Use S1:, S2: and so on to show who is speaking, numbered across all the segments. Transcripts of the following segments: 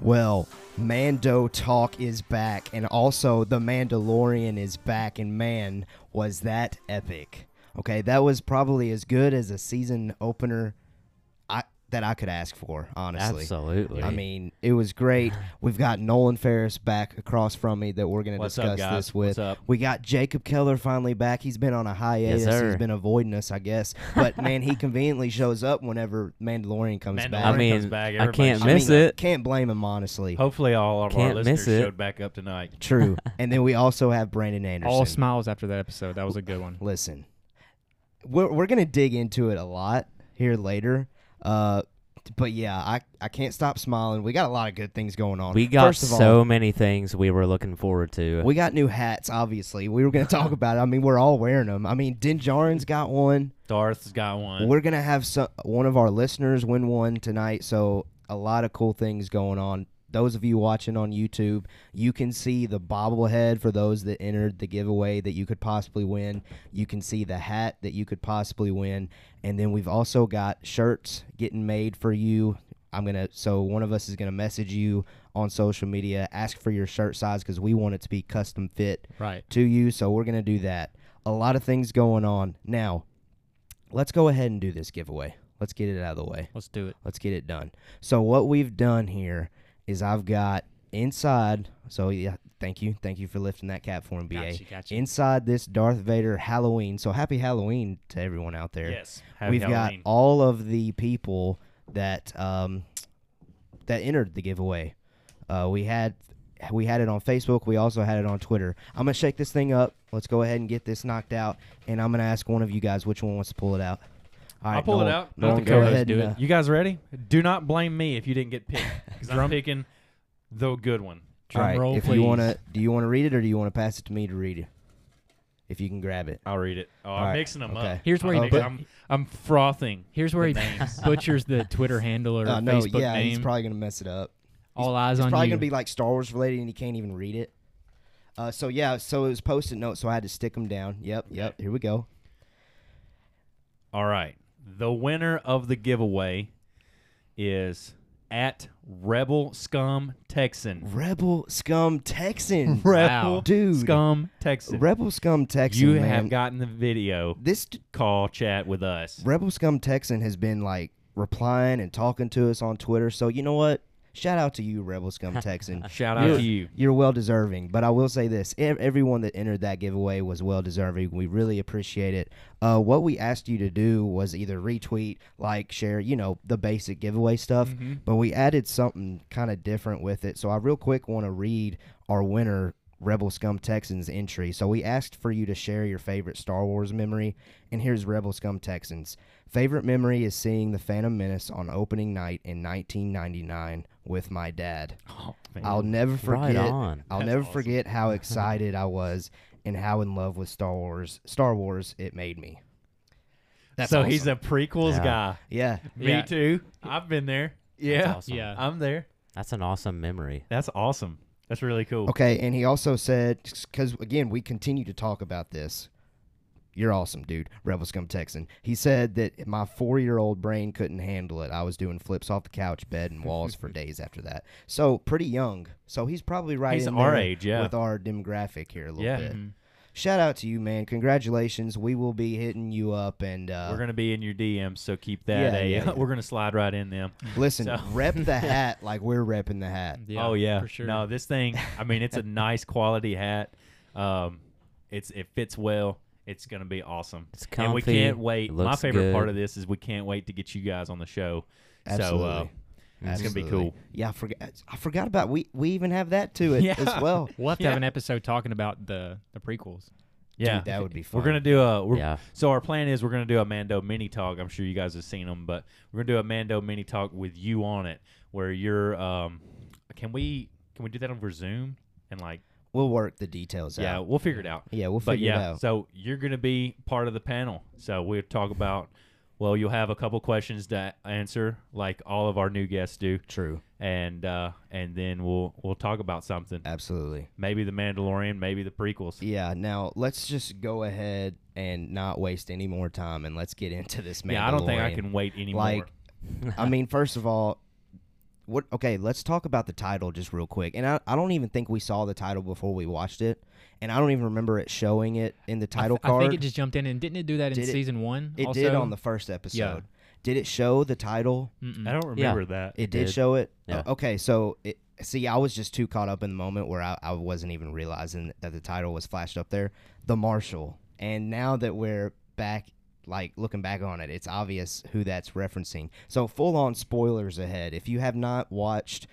S1: Well, Mando Talk is back, and also The Mandalorian is back, and man, was that epic. Okay, that was probably as good as a season opener I, that I could ask for, honestly.
S2: Absolutely.
S1: I mean, it was great. We've got Nolan Ferris back across from me that we're going to
S3: What's up,
S1: discuss
S3: guys?
S1: this with.
S3: What's up?
S1: We got Jacob Keller finally back. He's been on a hiatus.
S2: sir.
S1: He's been avoiding us, I guess. But man, he conveniently shows up whenever Mandalorian comes back.
S2: I
S3: Mandalorian
S2: mean,
S3: comes back,
S2: I
S3: everybody
S2: can't
S3: should-
S2: miss it.
S1: Can't blame him, honestly.
S3: Hopefully, all of our
S2: Can't
S3: listeners
S2: miss it.
S3: showed back up tonight.
S1: True. and then we also have Brandon Anderson.
S4: All smiles after that episode. That was a good one.
S1: Listen, we're we're gonna dig into it a lot here later. Uh, but yeah, I I can't stop smiling. We got a lot of good things going on.
S2: We got
S1: First of all,
S2: so many things we were looking forward to.
S1: We got new hats, obviously. We were going to talk about it. I mean, we're all wearing them. I mean, Dinjarin's got one.
S3: Darth's got one.
S1: We're going to have some, one of our listeners win one tonight. So, a lot of cool things going on. Those of you watching on YouTube, you can see the bobblehead for those that entered the giveaway that you could possibly win. You can see the hat that you could possibly win. And then we've also got shirts getting made for you. I'm going to, so one of us is going to message you on social media, ask for your shirt size because we want it to be custom fit
S4: Right.
S1: to you. So we're going to do that. A lot of things going on. Now, let's go ahead and do this giveaway. Let's get it out of the way.
S4: Let's do it.
S1: Let's get it done. So what we've done here is I've got inside. So yeah, thank you, thank you for lifting that cap for me, BA.
S4: Gotcha, gotcha.
S1: Inside this Darth Vader Halloween. So happy Halloween to everyone out there.
S3: yes. Happy
S1: We've
S3: Halloween.
S1: got all of the people that um, that entered the giveaway. Uh, we had we had it on Facebook. We also had it on Twitter. I'm gonna shake this thing up. Let's go ahead and get this knocked out. And I'm gonna ask one of you guys which one wants to pull it out. All
S3: I'll pull
S1: Nolan-
S3: it out. Not
S1: Nolan,
S3: the
S1: go
S3: co-host
S1: ahead.
S3: do
S1: and, uh,
S3: it. You guys ready? Do not blame me if you didn't get picked. Because I'm picking the good one.
S1: all right,
S4: roll,
S1: if
S4: please.
S1: you wanna, do you want to read it or do you want to pass it to me to read it? If you can grab it.
S3: I'll read it. Oh,
S1: All
S3: I'm
S1: right,
S3: mixing them
S1: okay.
S3: up.
S4: Here's where
S3: I'm,
S4: he
S3: mixing-
S4: put-
S3: I'm, I'm frothing.
S4: Here's where he
S3: names.
S4: butchers the Twitter handle or
S1: Uh, no,
S4: Facebook
S1: yeah,
S4: name.
S1: he's probably gonna mess it up.
S4: All eyes
S1: It's
S4: on
S1: probably
S4: you.
S1: gonna be like Star Wars related, and you can't even read it. Uh, so yeah, so it was post-it notes, so I had to stick them down. Yep, yep. Here we go.
S3: All right. The winner of the giveaway is at Rebel Scum Texan.
S1: Rebel Scum Texan,
S3: Rebel
S1: dude.
S3: Scum Texan.
S1: Rebel Scum Texan.
S3: you
S1: man.
S3: have gotten the video
S1: this. d-
S3: call chat with us.
S1: Rebel Scum Texan has been like replying and talking to us on Twitter. So you know what? Shout out to you, Rebel Scum Texan.
S3: Shout out to you.
S1: You're well deserving, but I will say this: e- everyone that entered that giveaway was well deserving. We really appreciate it. Uh, what we asked you to do was either retweet, like, share, you know, the basic giveaway stuff, but we added something kind of different with it. So I real quick want to read our winner. Rebel Scum Texans entry. So we asked for you to share your favorite Star Wars memory, and here's Rebel Scum Texans. Favorite memory is seeing The Phantom Menace on opening night in 1999 with my dad.
S3: Oh,
S1: I'll never
S2: Right
S1: forget.
S2: on.
S1: I'll never forget how excited I was and how in love with Star Wars. Star Wars, it made me. That's
S3: so he's
S1: awesome.
S3: a prequels
S2: Yeah.
S3: guy.
S1: yeah.
S3: Me
S4: Yeah.
S3: too. I've been there.
S2: That's
S3: Yeah.
S2: awesome.
S4: Yeah.
S3: I'm there.
S2: That's an awesome memory.
S3: That's awesome. That's really cool.
S1: Okay, and he also said because again we continue to talk about this. You're awesome, dude. Rebel Scum Texan. He said that my four year old brain couldn't handle it. I was doing flips off the couch, bed, and walls for days after that. So pretty young. So he's probably right
S3: He's
S1: in
S3: our
S1: there
S3: age, yeah.
S1: with our demographic here a little
S3: Yeah. Mm-hmm.
S1: bit. Shout out to you, man. Congratulations. We will be hitting you up and uh,
S3: We're gonna be in your DMs, so keep that.
S1: Yeah,
S3: a,
S1: yeah, yeah.
S3: We're gonna slide right in them.
S1: Listen,
S3: So-
S1: rep the hat like we're repping the hat.
S3: oh yeah,
S4: For sure.
S3: No, this thing. I mean, it's a nice quality hat. Um, it's it fits well. It's gonna be awesome.
S2: It's
S3: and we
S2: comfy,
S3: can't wait.
S2: it
S3: My
S2: looks
S3: favorite part
S2: good.
S3: of this is we can't wait to get you guys on the show. So uh,
S1: Absolutely.
S3: it's gonna be
S1: Absolutely.
S3: cool.
S1: Yeah, I forgot. I forgot about we. We even have that to it
S3: Yeah.
S1: as well.
S4: We'll have to
S3: Yeah.
S4: have an episode talking about the the prequels.
S3: Yeah,
S1: Dude, that would be fun.
S3: We're gonna do a. We're,
S2: Yeah.
S3: So our plan is we're gonna do a Mando mini talk. I'm sure you guys have seen them, but we're gonna do a Mando mini talk with you on it, where you're. Um, can we can we do that over Zoom and like
S1: We'll work the details
S3: yeah
S1: out.
S3: we'll figure it out.
S1: Yeah, we'll
S3: but
S1: figure it
S3: yeah,
S1: out.
S3: so you're gonna be part of the panel. So we'll talk about. Well, you'll have a couple questions to answer, like all of our new guests do,
S1: True.
S3: and uh, and then we'll we'll talk about something.
S1: Absolutely.
S3: Maybe the Mandalorian, maybe the prequels.
S1: Yeah. Now let's just go ahead and not waste any more time, and let's get into this.
S3: Yeah, I don't think I
S1: Mandalorian.
S3: can wait anymore.
S1: Like, I mean, first of all, what? Okay, let's talk about the title just real quick. And I, I don't even think we saw the title before we watched it, and I don't even remember it showing it in the title
S4: I, th-
S1: card.
S4: I think it just jumped in and didn't it do that in
S1: Did it-
S4: season one?
S1: It
S4: also?
S1: did on the first episode. Did it show the title?
S4: Mm-mm.
S3: I don't remember that.
S1: It did,
S2: did.
S1: show it.
S2: Yeah.
S1: Oh, okay, so it, see, I was just too caught up in the moment where I, I wasn't even realizing that the title was flashed up there, The Marshal. And now that we're back, like looking back on it, it's obvious who that's referencing. So full on spoilers ahead. If you have not watched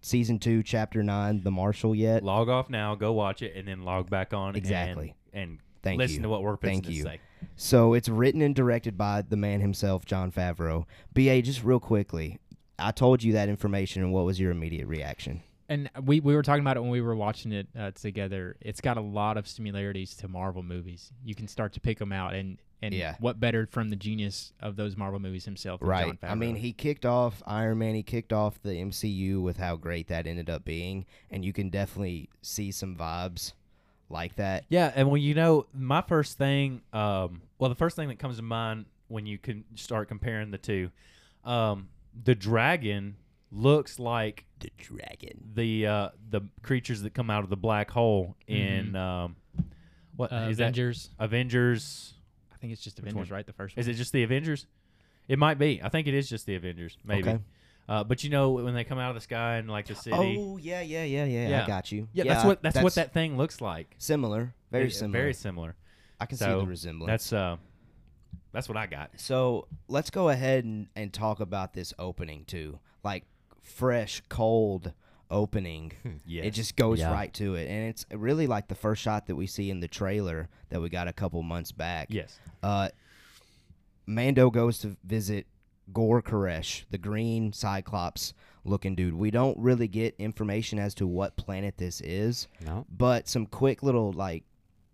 S1: season two, chapter nine, The Marshal yet,
S3: log off now, go watch it, and then log back on. and-
S1: Exactly.
S3: And,
S1: thank
S3: listen
S1: you.
S3: to what we're fixing
S1: Thank
S3: to
S1: you.
S3: say.
S1: So it's written and directed by the man himself, John Favreau. BA, just real quickly, I told you that information, and what was your immediate reaction?
S4: And we, we were talking about it when we were watching it uh, together. It's got a lot of similarities to Marvel movies. You can start to pick them out, and and
S1: Yeah.
S4: what better from the genius of those Marvel movies himself? than
S1: Right.
S4: Jon
S1: I mean,
S4: Favreau.
S1: he kicked off Iron Man, he kicked off the MCU with how great that ended up being, and you can definitely see some vibes like that.
S3: Yeah, and when you know, my first thing, um, well, the first thing that comes to mind when you can start comparing the two, um, the dragon looks like
S1: The dragon.
S3: the uh, the creatures that come out of the black hole in um, what is
S4: uh,
S3: that?
S4: Mm-hmm. Avengers.
S3: Avengers.
S4: I think it's just
S3: Which
S4: Avengers,
S3: one?
S4: right? The first one.
S3: Is it just the Avengers? It might be. I think it is just the Avengers, maybe.
S1: Okay.
S3: Uh, but you know when they come out of the sky and like the city.
S1: Oh yeah, yeah, yeah, yeah. I
S3: Yeah.
S1: got you.
S3: yeah, that's what that's, what that thing looks like.
S1: similar. Very
S3: It-
S1: similar.
S3: Very similar.
S1: I can see
S3: so
S1: the resemblance.
S3: That's uh, that's what I got.
S1: So let's go ahead and, and talk about this opening too. Like fresh, cold opening.
S3: Yes.
S1: It just goes
S2: Yeah.
S1: right to it. And it's really like the first shot that we see in the trailer that we got a couple months back.
S3: Yes.
S1: Uh, Mando goes to visit Gore Koresh, the green Cyclops looking dude. We don't really get information as to what planet this is
S2: No.
S1: but some quick little like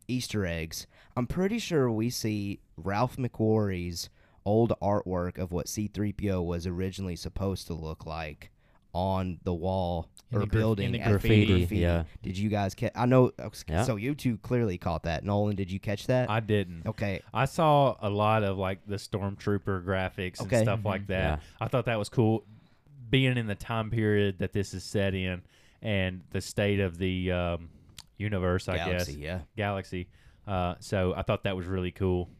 S1: Easter eggs. I'm pretty sure we see Ralph McQuarrie's old artwork of what C3PO was originally supposed to look like on the wall
S4: In
S1: or
S4: the graf-
S1: building
S4: in the
S1: at
S2: graffiti, yeah.
S1: Did you guys catch? I know. uh,
S2: Yeah.
S1: So you two clearly caught that. Nolan, did you catch that?
S3: I didn't.
S1: okay.
S3: I saw a lot of like the stormtrooper graphics
S1: Okay.
S3: and stuff like
S2: Yeah.
S3: that. I thought that was cool, being in the time period that this is set in and the state of the um, universe, I
S1: Galaxy.
S3: guess,
S1: Yeah.
S3: galaxy. Uh, so I thought that was really cool.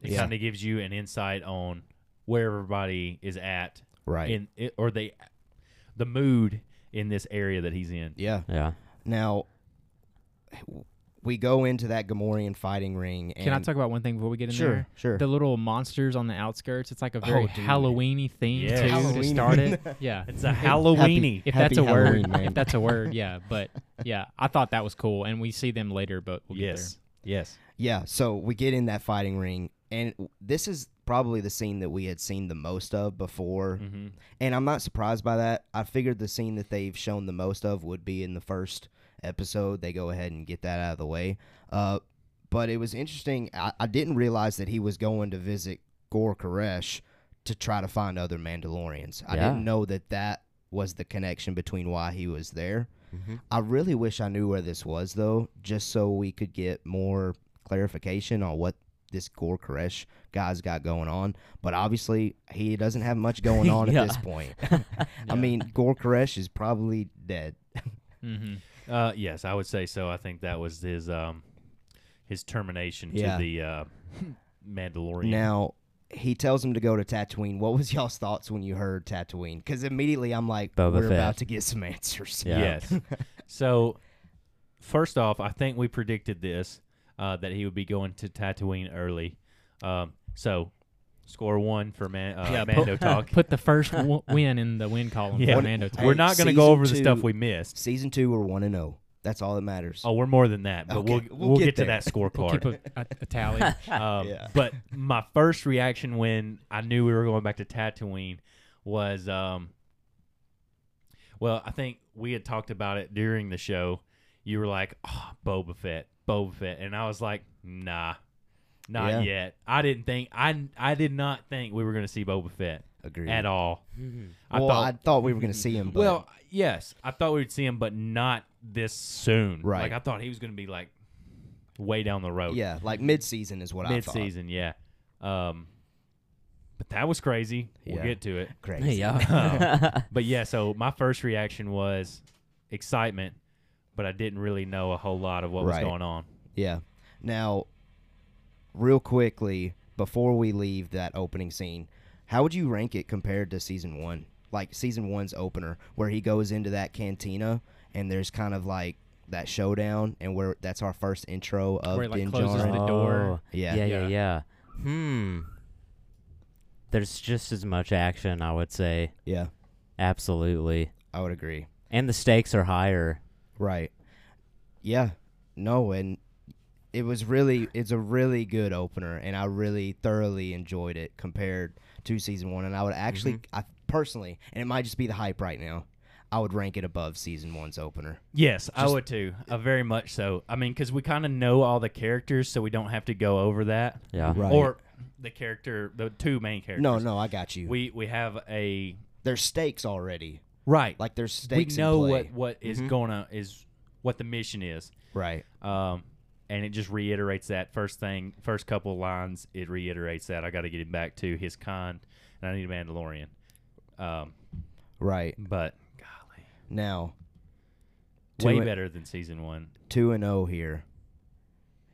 S3: It
S1: Yeah.
S3: kind of gives you an insight on where everybody is at
S1: Right.
S3: in it, or they the mood in this area that he's in.
S1: yeah.
S2: Yeah.
S1: Now we go into that Gamorrean fighting ring. And
S4: Can I talk about one thing before we get in
S1: Sure.
S4: there?
S1: Sure.
S4: The little monsters on the outskirts. It's like a
S1: Oh,
S4: very
S1: dude.
S4: Halloweeny theme
S3: Yes.
S4: too to
S1: Halloween.
S4: start it. yeah.
S3: It's a Halloweeny.
S4: If
S1: Happy
S4: that's a
S1: Halloween,
S4: word,
S1: man.
S4: if that's a word, yeah. But yeah, I thought that was cool, and we see them later, but we'll
S3: yes, yes.
S1: Yeah, so we get in that fighting ring, and w- this is probably the scene that we had seen the most of before.
S3: Mm-hmm.
S1: And I'm not surprised by that. I figured the scene that they've shown the most of would be in the first episode. They go ahead and get that out of the way. Uh, but it was interesting. I, I didn't realize that he was going to visit Gore Koresh to try to find other Mandalorians. I
S2: Yeah.
S1: didn't know that that was the connection between why he was there.
S2: Mhm.
S1: I really wish I knew where this was though, just so we could get more clarification on what this Gore Koresh guy's got going on. But obviously, he doesn't have much going on
S2: Yeah.
S1: at this point. I mean, Gore Koresh is probably dead.
S4: get there. hmm
S3: Uh, yes, I would say so. I think that was his um, his termination
S1: Yeah.
S3: to the uh, Mandalorian.
S1: Now, he tells him to go to Tatooine. What was y'all's thoughts when you heard Tatooine? Because immediately I'm like,
S2: Boba
S1: we're
S2: Fett.
S1: about to get some answers.
S2: Yeah.
S3: yes. so, first off, I think we predicted this uh, that he would be going to Tatooine early. Um, so, score one for Man- uh,
S4: Yeah,
S3: Mando talk.
S4: Put the first w- win in the win column
S3: Yeah.
S4: for Mando. Talk.
S3: We're
S1: Hey,
S3: not going to
S1: season
S3: go over the
S1: two-
S3: stuff we missed.
S1: Season two, we're one and zero. That's all that matters.
S3: Oh, we're more than that, but
S1: Okay,
S3: we'll
S1: we'll
S3: we'll,
S1: get
S3: get, to
S1: there.
S3: that
S4: We'll
S3: scorecard.
S4: keep a, a, a tally.
S3: Um,
S1: Yeah.
S3: But my first reaction when I knew we were going back to Tatooine was, um, well, I think we had talked about it during the show. You were like, oh, Boba Fett, Boba Fett, and I was like, nah, not
S1: Yeah.
S3: yet. I didn't think I I did not think we were going to see Boba Fett
S1: Agreed.
S3: at all. I
S1: Mm-hmm. well,
S3: thought.
S1: I thought we were going to see him. But
S3: well, uh, yes, I thought we would see him, but not this soon.
S1: Right.
S3: Like I thought he was going to be like way down the road
S1: yeah, like mid season is what I
S3: mid
S1: thought.
S3: season, yeah. Um, But that was crazy. We'll
S1: Yeah.
S3: get to it.
S1: Crazy.
S2: Yeah.
S3: But yeah, so my first reaction was excitement, but I didn't really know a whole lot of what
S1: Right.
S3: was going on.
S1: Yeah. Now, real quickly before we leave that opening scene, how would you rank it compared to season one? Like season one's opener, where he goes into that cantina and there's kind of like that showdown, and where that's our first intro of
S4: Where it, like,
S1: Din
S4: closes
S1: Djarin.
S4: the door.
S2: Oh,
S1: Yeah.
S2: yeah,
S4: Yeah.
S2: yeah, yeah. Hmm. There's just as much action, I would say.
S1: Yeah,
S2: Absolutely.
S1: I would agree.
S2: And the stakes are higher.
S1: Right. Yeah. No, and it was really it's a really good opener and I really thoroughly enjoyed it compared to season 1 and I would actually
S3: Mm-hmm.
S1: I personally and it might just be the hype right now. I would rank it above season 1's opener.
S3: Yes, I
S1: Just-
S3: would too. Uh, very much so. I mean, because we kind of know all the characters, so we don't have to go over that.
S2: Yeah.
S1: Right.
S3: Or the character, the two main characters.
S1: No, no, I got you.
S3: We we have a
S1: there's stakes already.
S3: right.
S1: Like there's
S3: we
S1: stakes
S3: know
S1: in play. Mm-hmm.
S3: what what is
S2: Mhm.
S3: gonna is what the mission is.
S1: Right.
S3: Um, and it just reiterates that first thing, first couple lines. It reiterates that I got to get him back to his kind, and I need a Mandalorian. Um,
S1: Right.
S3: but golly,
S1: Now
S3: way
S1: Two and-
S3: better than season one.
S1: 2 and 0 here.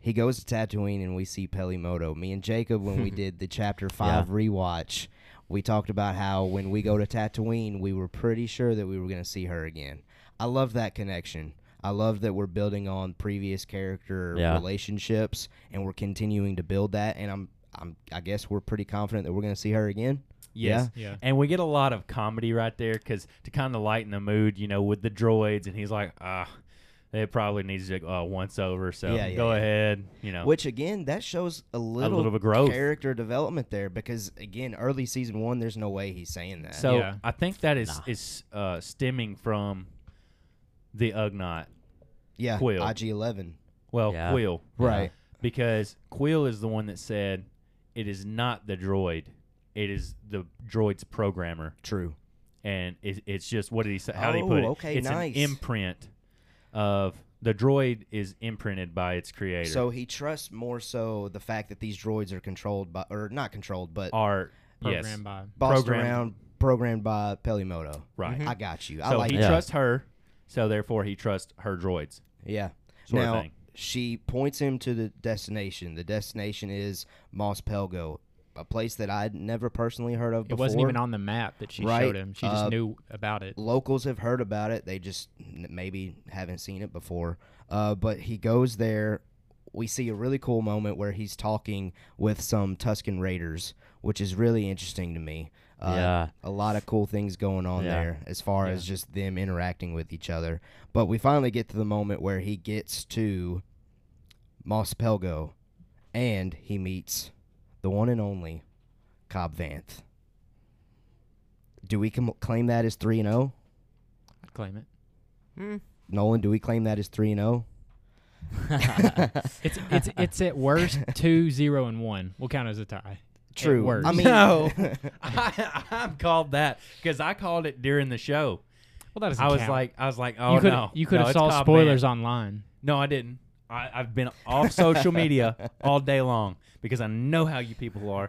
S1: He goes to Tatooine and we see Pelimoto. Me and Jacob, when we did the Chapter 5 rewatch, we talked about how when we go to Tatooine, we were pretty sure that we were going to see her again. I love that connection. I love that we're building on previous character
S2: Yeah.
S1: relationships and we're continuing to build that. And I'm, I'm, I guess we're pretty confident that we're going to see her again.
S3: Yes.
S4: Yeah.
S3: And we get a lot of comedy right there because to kind of lighten the mood, you know, with the droids, and he's like, ah, it probably needs to uh, once over. So
S1: Yeah, yeah,
S3: go
S1: yeah.
S3: ahead, you know.
S1: Which again, that shows a little,
S3: little bit of growth.
S1: character development there because again, early season one, there's no way he's saying that.
S3: so
S4: Yeah.
S3: I think that is
S2: Nah.
S3: is uh, stemming from the Ugnaught.
S1: yeah,
S3: Quill.
S1: IG Eleven,
S3: Well,
S2: Yeah.
S3: Quill.
S1: right?
S3: because Quill is the one that said it is not the droid, it is the droid's programmer,
S1: True.
S3: and it, it's just what did he say? How did he
S1: Oh,
S3: put it?
S1: okay,
S3: it's
S1: nice.
S3: an imprint of the droid is imprinted by its creator.
S1: So he trusts more so the fact that these droids are controlled by, or not controlled, but
S3: art,
S4: Programmed
S3: yes,
S4: by.
S1: bossed
S3: programmed.
S1: around, programmed by Pelimoto.
S3: right.
S1: I got you. I
S3: So
S1: like
S3: he
S1: that.
S2: Yeah.
S3: trusts her, so therefore he trusts her droids.
S1: Yeah.
S3: Sort of
S1: now
S3: thing.
S1: she points him to the destination. The destination is Mos Pelgo, a place that I'd never personally heard of
S4: It
S1: before.
S4: wasn't even on the map that she
S1: Right,
S4: showed him. She just
S1: uh,
S4: knew about it.
S1: locals have heard about it. They just n- maybe haven't seen it before. Uh, but he goes there. We see a really cool moment where he's talking with some Tuscan Raiders, which is really interesting to me. Uh,
S2: Yeah.
S1: A lot of cool things going on
S2: Yeah.
S1: there as far as just them interacting with each other. But we finally get to the moment where he gets to Mos Pelgo and he meets the one and only Cobb Vanth. Do we com- claim that as 3 and 0?
S4: I'd claim it.
S1: Nolan, do we claim that as three and oh? zero?
S4: It's it's it's at worst two zero and one. We'll count it as a tie.
S1: True.
S4: works.
S1: I mean,
S3: No. I, I'm called that because I called it during the show.
S4: Well, that doesn't
S3: I was
S4: count.
S3: like, I was like,
S4: you
S3: oh
S4: could
S3: no,
S4: you could
S3: no,
S4: have
S3: it's
S4: saw
S3: Cobb
S4: spoilers
S3: Vanth.
S4: online.
S3: No, I didn't. I, I've been off social media all day long because I know how you people are.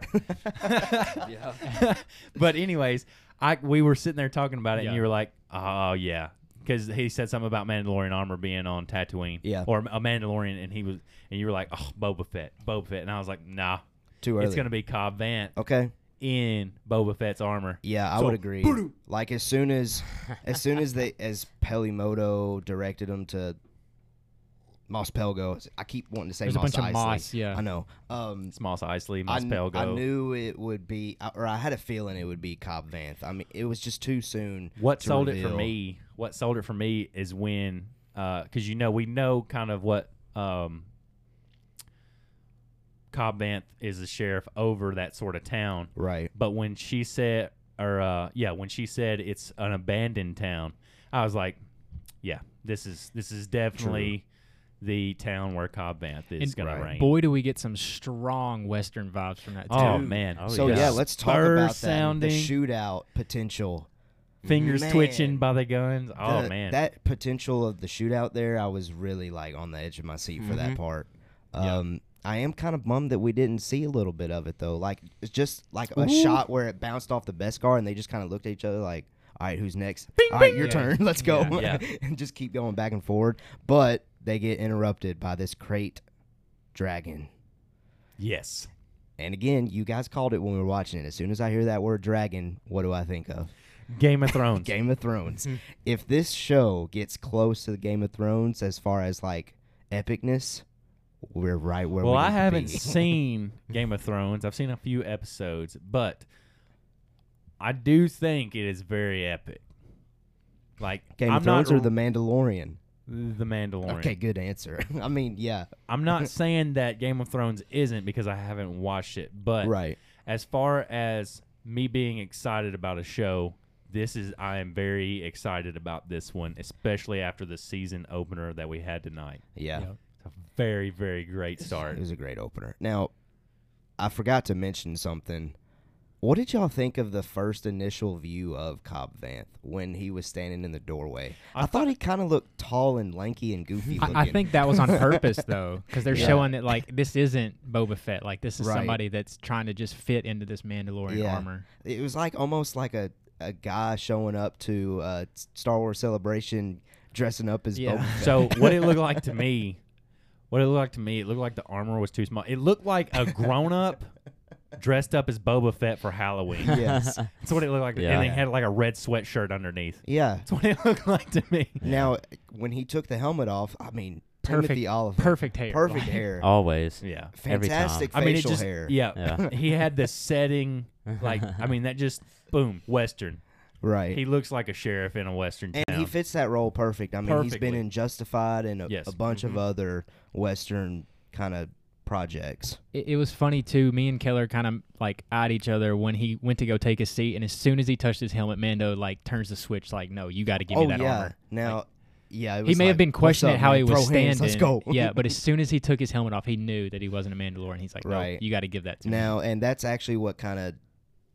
S3: but anyways, I we were sitting there talking about it, and
S4: Yeah.
S3: you were like, "Oh yeah," because he said something about Mandalorian armor being on Tatooine,
S1: Yeah.
S3: or a Mandalorian, and he was, and you were like, "Oh, Boba Fett, Boba Fett," and I was like, "Nah,
S1: too early.
S3: it's gonna be Cobb Vanth
S1: okay.
S3: in Boba Fett's armor."
S1: Yeah, I
S3: So,
S1: would agree. Like as soon as, as soon as they as Pelimoto directed him to Mos Pelgo, I keep wanting to say
S4: There's a
S1: Mos
S4: bunch of
S1: Eisley.
S4: moss, yeah.
S1: I know. Um,
S3: It's Mos Eisley,
S1: I,
S3: Mos
S1: kn-
S3: Pelgo.
S1: I knew it would be, or I had a feeling it would be Cobb Vanth. I mean, it was just too soon.
S3: What
S1: to
S3: sold it for
S1: reveal.
S3: me? What sold it for me is when, because you know we know kind of what um, Cobb Vanth is the sheriff over that sort of town.
S1: Right.
S3: But when she said, or uh, yeah, when she said it's an abandoned town, I was like, yeah, this is this is definitely the town where Cobb Vanth is
S4: And
S3: going
S1: Right.
S3: to reign.
S4: Boy, do we get some strong Western vibes from that.
S3: oh
S4: too.
S3: man!
S2: Oh,
S1: so
S2: yeah.
S1: yeah, let's talk
S3: Spur
S1: about that. The
S3: sounding.
S1: shootout potential.
S3: fingers
S1: man.
S3: twitching by the guns. Oh
S1: the-
S3: man!
S1: that potential of the shootout there, I was really like on the edge of my seat for that part. Um, I am kind of bummed that we didn't see a little bit of it though. Like it's just like a shot where it bounced off the best car, and they just kind of looked at each other like, "All right, who's next? All right, your
S4: Yeah.
S1: turn. Let's go."
S3: Yeah.
S1: and just keep going back and forward. But they get interrupted by this crate dragon.
S3: Yes.
S1: And again, you guys called it when we were watching it. As soon as I hear that word dragon, what do I think of?
S3: Game of Thrones.
S1: Game of Thrones. if this show gets close to the Game of Thrones as far as like epicness, we're right where
S3: well,
S1: we
S3: I
S1: need to
S3: haven't
S1: be.
S3: seen Game of Thrones. I've seen a few episodes, but I do think it is very epic. Like
S1: Game
S3: I'm
S1: of Thrones
S3: not,
S1: or The Mandalorian?
S3: The Mandalorian.
S1: Okay, good answer. I mean, yeah,
S3: I'm not saying that Game of Thrones isn't because I haven't watched it, but
S1: right.
S3: as far as me being excited about a show, this is I am very excited about this one, especially after the season opener that we had tonight.
S1: Yeah.
S4: Yeah.
S3: It's a very very great start.
S1: It was a great opener. Now, I forgot to mention something. What did y'all think of the first initial view of Cobb Vanth when he was standing in the doorway? I,
S3: I
S1: thought he kind of looked tall and lanky and goofy looking.
S4: I, I think that was on purpose though, because they're
S1: Yeah.
S4: showing that like this isn't Boba Fett. Like this is
S1: Right.
S4: somebody that's trying to just fit into this Mandalorian
S1: Yeah.
S4: armor.
S1: it was like almost like a, a guy showing up to uh, Star Wars Celebration dressing up as
S4: Yeah.
S1: Boba Fett.
S3: So what it looked like to me, what it looked like to me, it looked like the armor was too small. It looked like a grown up dressed up as Boba Fett for Halloween.
S1: yes.
S3: That's what it looked like,
S2: Yeah.
S3: and they had like a red sweatshirt underneath.
S1: Yeah.
S3: That's what it looked like to me.
S1: Now, when he took the helmet off, I mean,
S4: Perfect-
S1: Timothy Oliphant,
S4: Perfect hair.
S1: perfect
S4: Like,
S1: hair,
S2: Always.
S3: Yeah,
S2: every time.
S1: fantastic
S3: I
S1: facial
S3: mean, it just
S1: hair.
S3: yeah.
S2: Yeah.
S3: he had the setting like I mean that just boom Western.
S1: right.
S3: He looks like a sheriff in a Western
S1: and
S3: town.
S1: he fits that role perfect. I mean, he's been
S3: Perfectly.
S1: in Justified and a,
S3: Yes.
S1: a bunch
S4: Mm-hmm.
S1: of other Western kind of projects.
S4: It, it was funny too. Me and Keller kind of like eyed each other when he went to go take his seat, and as soon as he touched his helmet, Mando like turns the switch. Like, no, you got to give
S1: oh
S4: me that
S1: yeah.
S4: armor.
S1: Now, yeah, it
S4: he
S1: was
S4: may
S1: like,
S4: have been
S1: "What's
S4: questioning
S1: up,
S4: how
S1: man?
S4: he was
S1: Throw
S4: standing.
S1: hands, Let's go.
S4: yeah, but as soon as he took his helmet off, he knew that he wasn't a Mandalorian. He's like, no,
S1: Right.
S4: you got to give that to
S2: Mm-hmm.
S4: me.
S1: now, and that's actually what kind of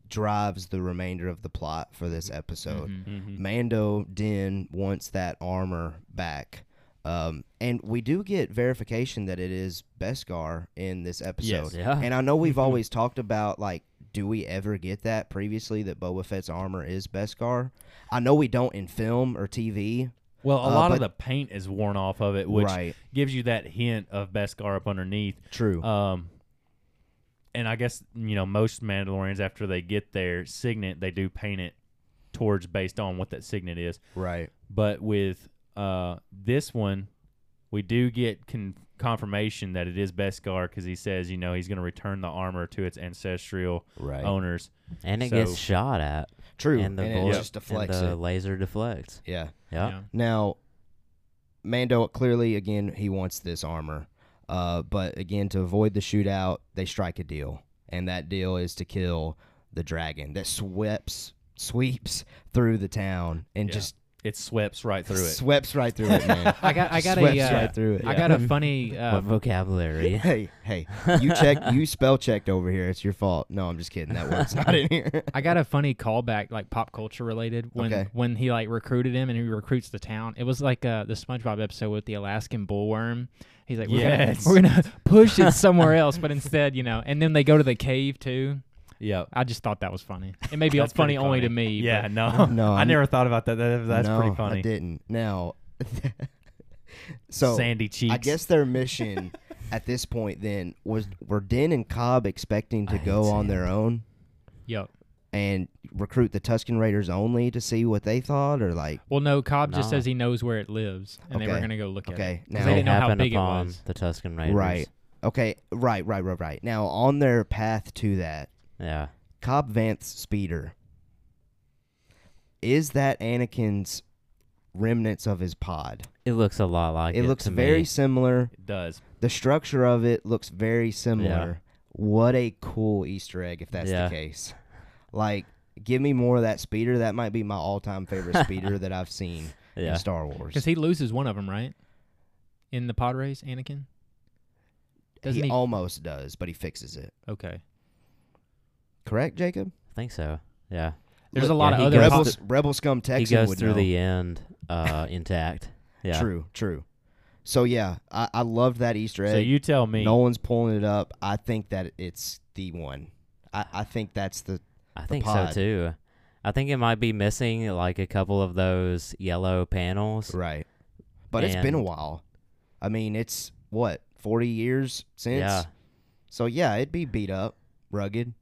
S1: drives the remainder of the plot for this
S2: Mm-hmm.
S1: episode.
S4: Mhm.
S3: Mhm.
S1: Mando Din wants that armor back. Um, and we do get verification that it is Beskar in this episode.
S2: Yeah.
S1: And I know we've always talked about like, do we ever get that previously that Boba Fett's armor is Beskar? I know we don't in film or TV.
S3: Well, a
S1: uh,
S3: lot
S1: but-
S3: of the paint is worn off of it, which
S1: right.
S3: gives you that hint of Beskar up underneath.
S1: True.
S3: Um, and I guess you know most Mandalorians after they get their signet, they do paint it towards based on what that signet is.
S1: right.
S3: But with uh this one, we do get con- confirmation that it is Beskar because he says you know he's going to return the armor to its ancestral
S1: Right.
S3: owners.
S2: And it
S3: So-
S2: gets shot at.
S1: True.
S2: Oh,
S1: And,
S2: And the
S1: it
S2: bullet-
S1: just deflects
S2: and the
S1: it.
S2: laser deflects.
S1: Yeah.
S2: Yeah.
S4: Yeah.
S1: Now, Mando clearly again he wants this armor, uh, but again to avoid the shootout, they strike a deal, and that deal is to kill the dragon that sweeps sweeps through the town and
S3: Yeah.
S1: just
S3: It sweeps right through it.
S1: sweeps right through it, man.
S4: I got, I got
S1: swept
S4: a, uh,
S1: right through it.
S4: I got a funny. Uh,
S2: What vocabulary?
S1: Hey, hey, you check, you spell checked over here. It's your fault. No, I'm just kidding. That word's not in here.
S4: I got a funny callback, like pop culture related, when
S1: Okay.
S4: when he like recruited him and he recruits the town. It was like uh, the SpongeBob episode with the Alaskan bullworm. He's like, we're,
S3: Yes.
S4: gonna, we're gonna push it somewhere else, but instead, you know, and then they go to the cave too.
S3: Yeah.
S4: I just thought that was funny. It may be
S3: That's
S4: funny,
S3: pretty
S4: only to
S3: funny.
S4: me.
S3: Yeah,
S4: but
S3: no,
S1: No,
S3: I
S1: I'm-
S3: never thought about that. that that's
S1: no,
S3: pretty funny.
S1: I didn't. Now, so
S3: Sandy cheeks.
S1: I guess their mission at this point then was were Din and Cobb expecting
S2: I
S1: to
S2: hate
S1: go on
S2: sand.
S1: their own
S4: Yep.
S1: and recruit the Tusken Raiders only to see what they thought or like
S4: Well, no, Cobb just
S2: No.
S4: says he knows where it lives, and they were
S1: Okay.
S4: gonna go look at it.
S1: okay
S4: 'Cause
S1: now
S4: they didn't know how
S2: Happened
S4: big it
S2: upon
S4: was.
S2: The Tuscan Raiders.
S1: right okay right right right right now on their path to that
S2: Yeah.
S1: Cobb Vanth's speeder is that Anakin's remnants of his pod
S2: It looks a lot like it.
S1: it looks
S2: to
S1: very
S2: Me.
S1: similar
S3: it does.
S1: the structure of it looks very similar. What a cool Easter egg if that's
S2: Yeah.
S1: the case. Like, give me more of that speeder. That might be my all time favorite speeder that I've seen
S2: Yeah.
S1: in Star Wars.
S4: Because he loses one of them, right? In the pod race, Anakin. Doesn't e-
S1: He
S4: he?
S1: almost does, but he fixes it.
S4: okay.
S1: Correct, Jacob?
S2: I think so. Yeah.
S4: There's
S1: Look,
S4: a lot
S2: yeah,
S4: of
S2: he
S4: other
S2: goes
S1: Rebel,
S4: pod-
S1: Rebel Scum Texan
S2: he goes
S1: would
S2: through
S1: know.
S2: the end uh, intact. Yeah.
S1: True, true. So yeah, I, I loved that Easter egg.
S3: So you tell me.
S1: no one's pulling it up. I think that it's the one. I, I think that's the
S2: I think
S1: pod.
S2: so too. I think it might be missing like a couple of those yellow panels.
S1: right. But it's been a
S2: And-
S1: while. I mean, it's what forty years since.
S2: Yeah.
S1: So yeah, it'd be beat up, rugged.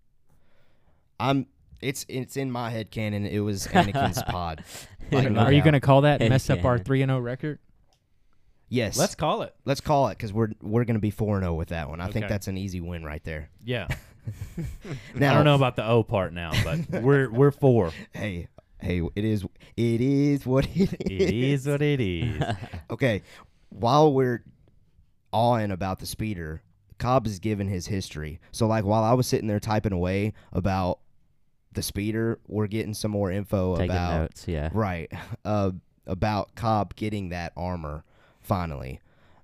S1: I'm. It's it's in my head canon. It was Anakin's pod. Like,
S2: In
S1: no
S4: Are you
S1: doubt.
S4: gonna call that
S2: Yeah,
S4: mess up our
S2: yeah.
S4: three and zero record?
S1: Yes.
S3: Let's call it.
S1: Let's call it because we're we're gonna be four and zero with that one. I think
S3: Okay.
S1: that's an easy win right there.
S3: Yeah.
S1: Now,
S3: I don't know about the O part now, but we're we're four.
S1: Hey, hey, it is it is what it is.
S3: It is what it is.
S1: Okay, while we're all in about the speeder, Cobb is giving his history. So like while I was sitting there typing away about the speeder, we're getting some more info
S2: Taking
S1: about
S2: notes, yeah.
S1: right uh, about Cobb getting that armor finally,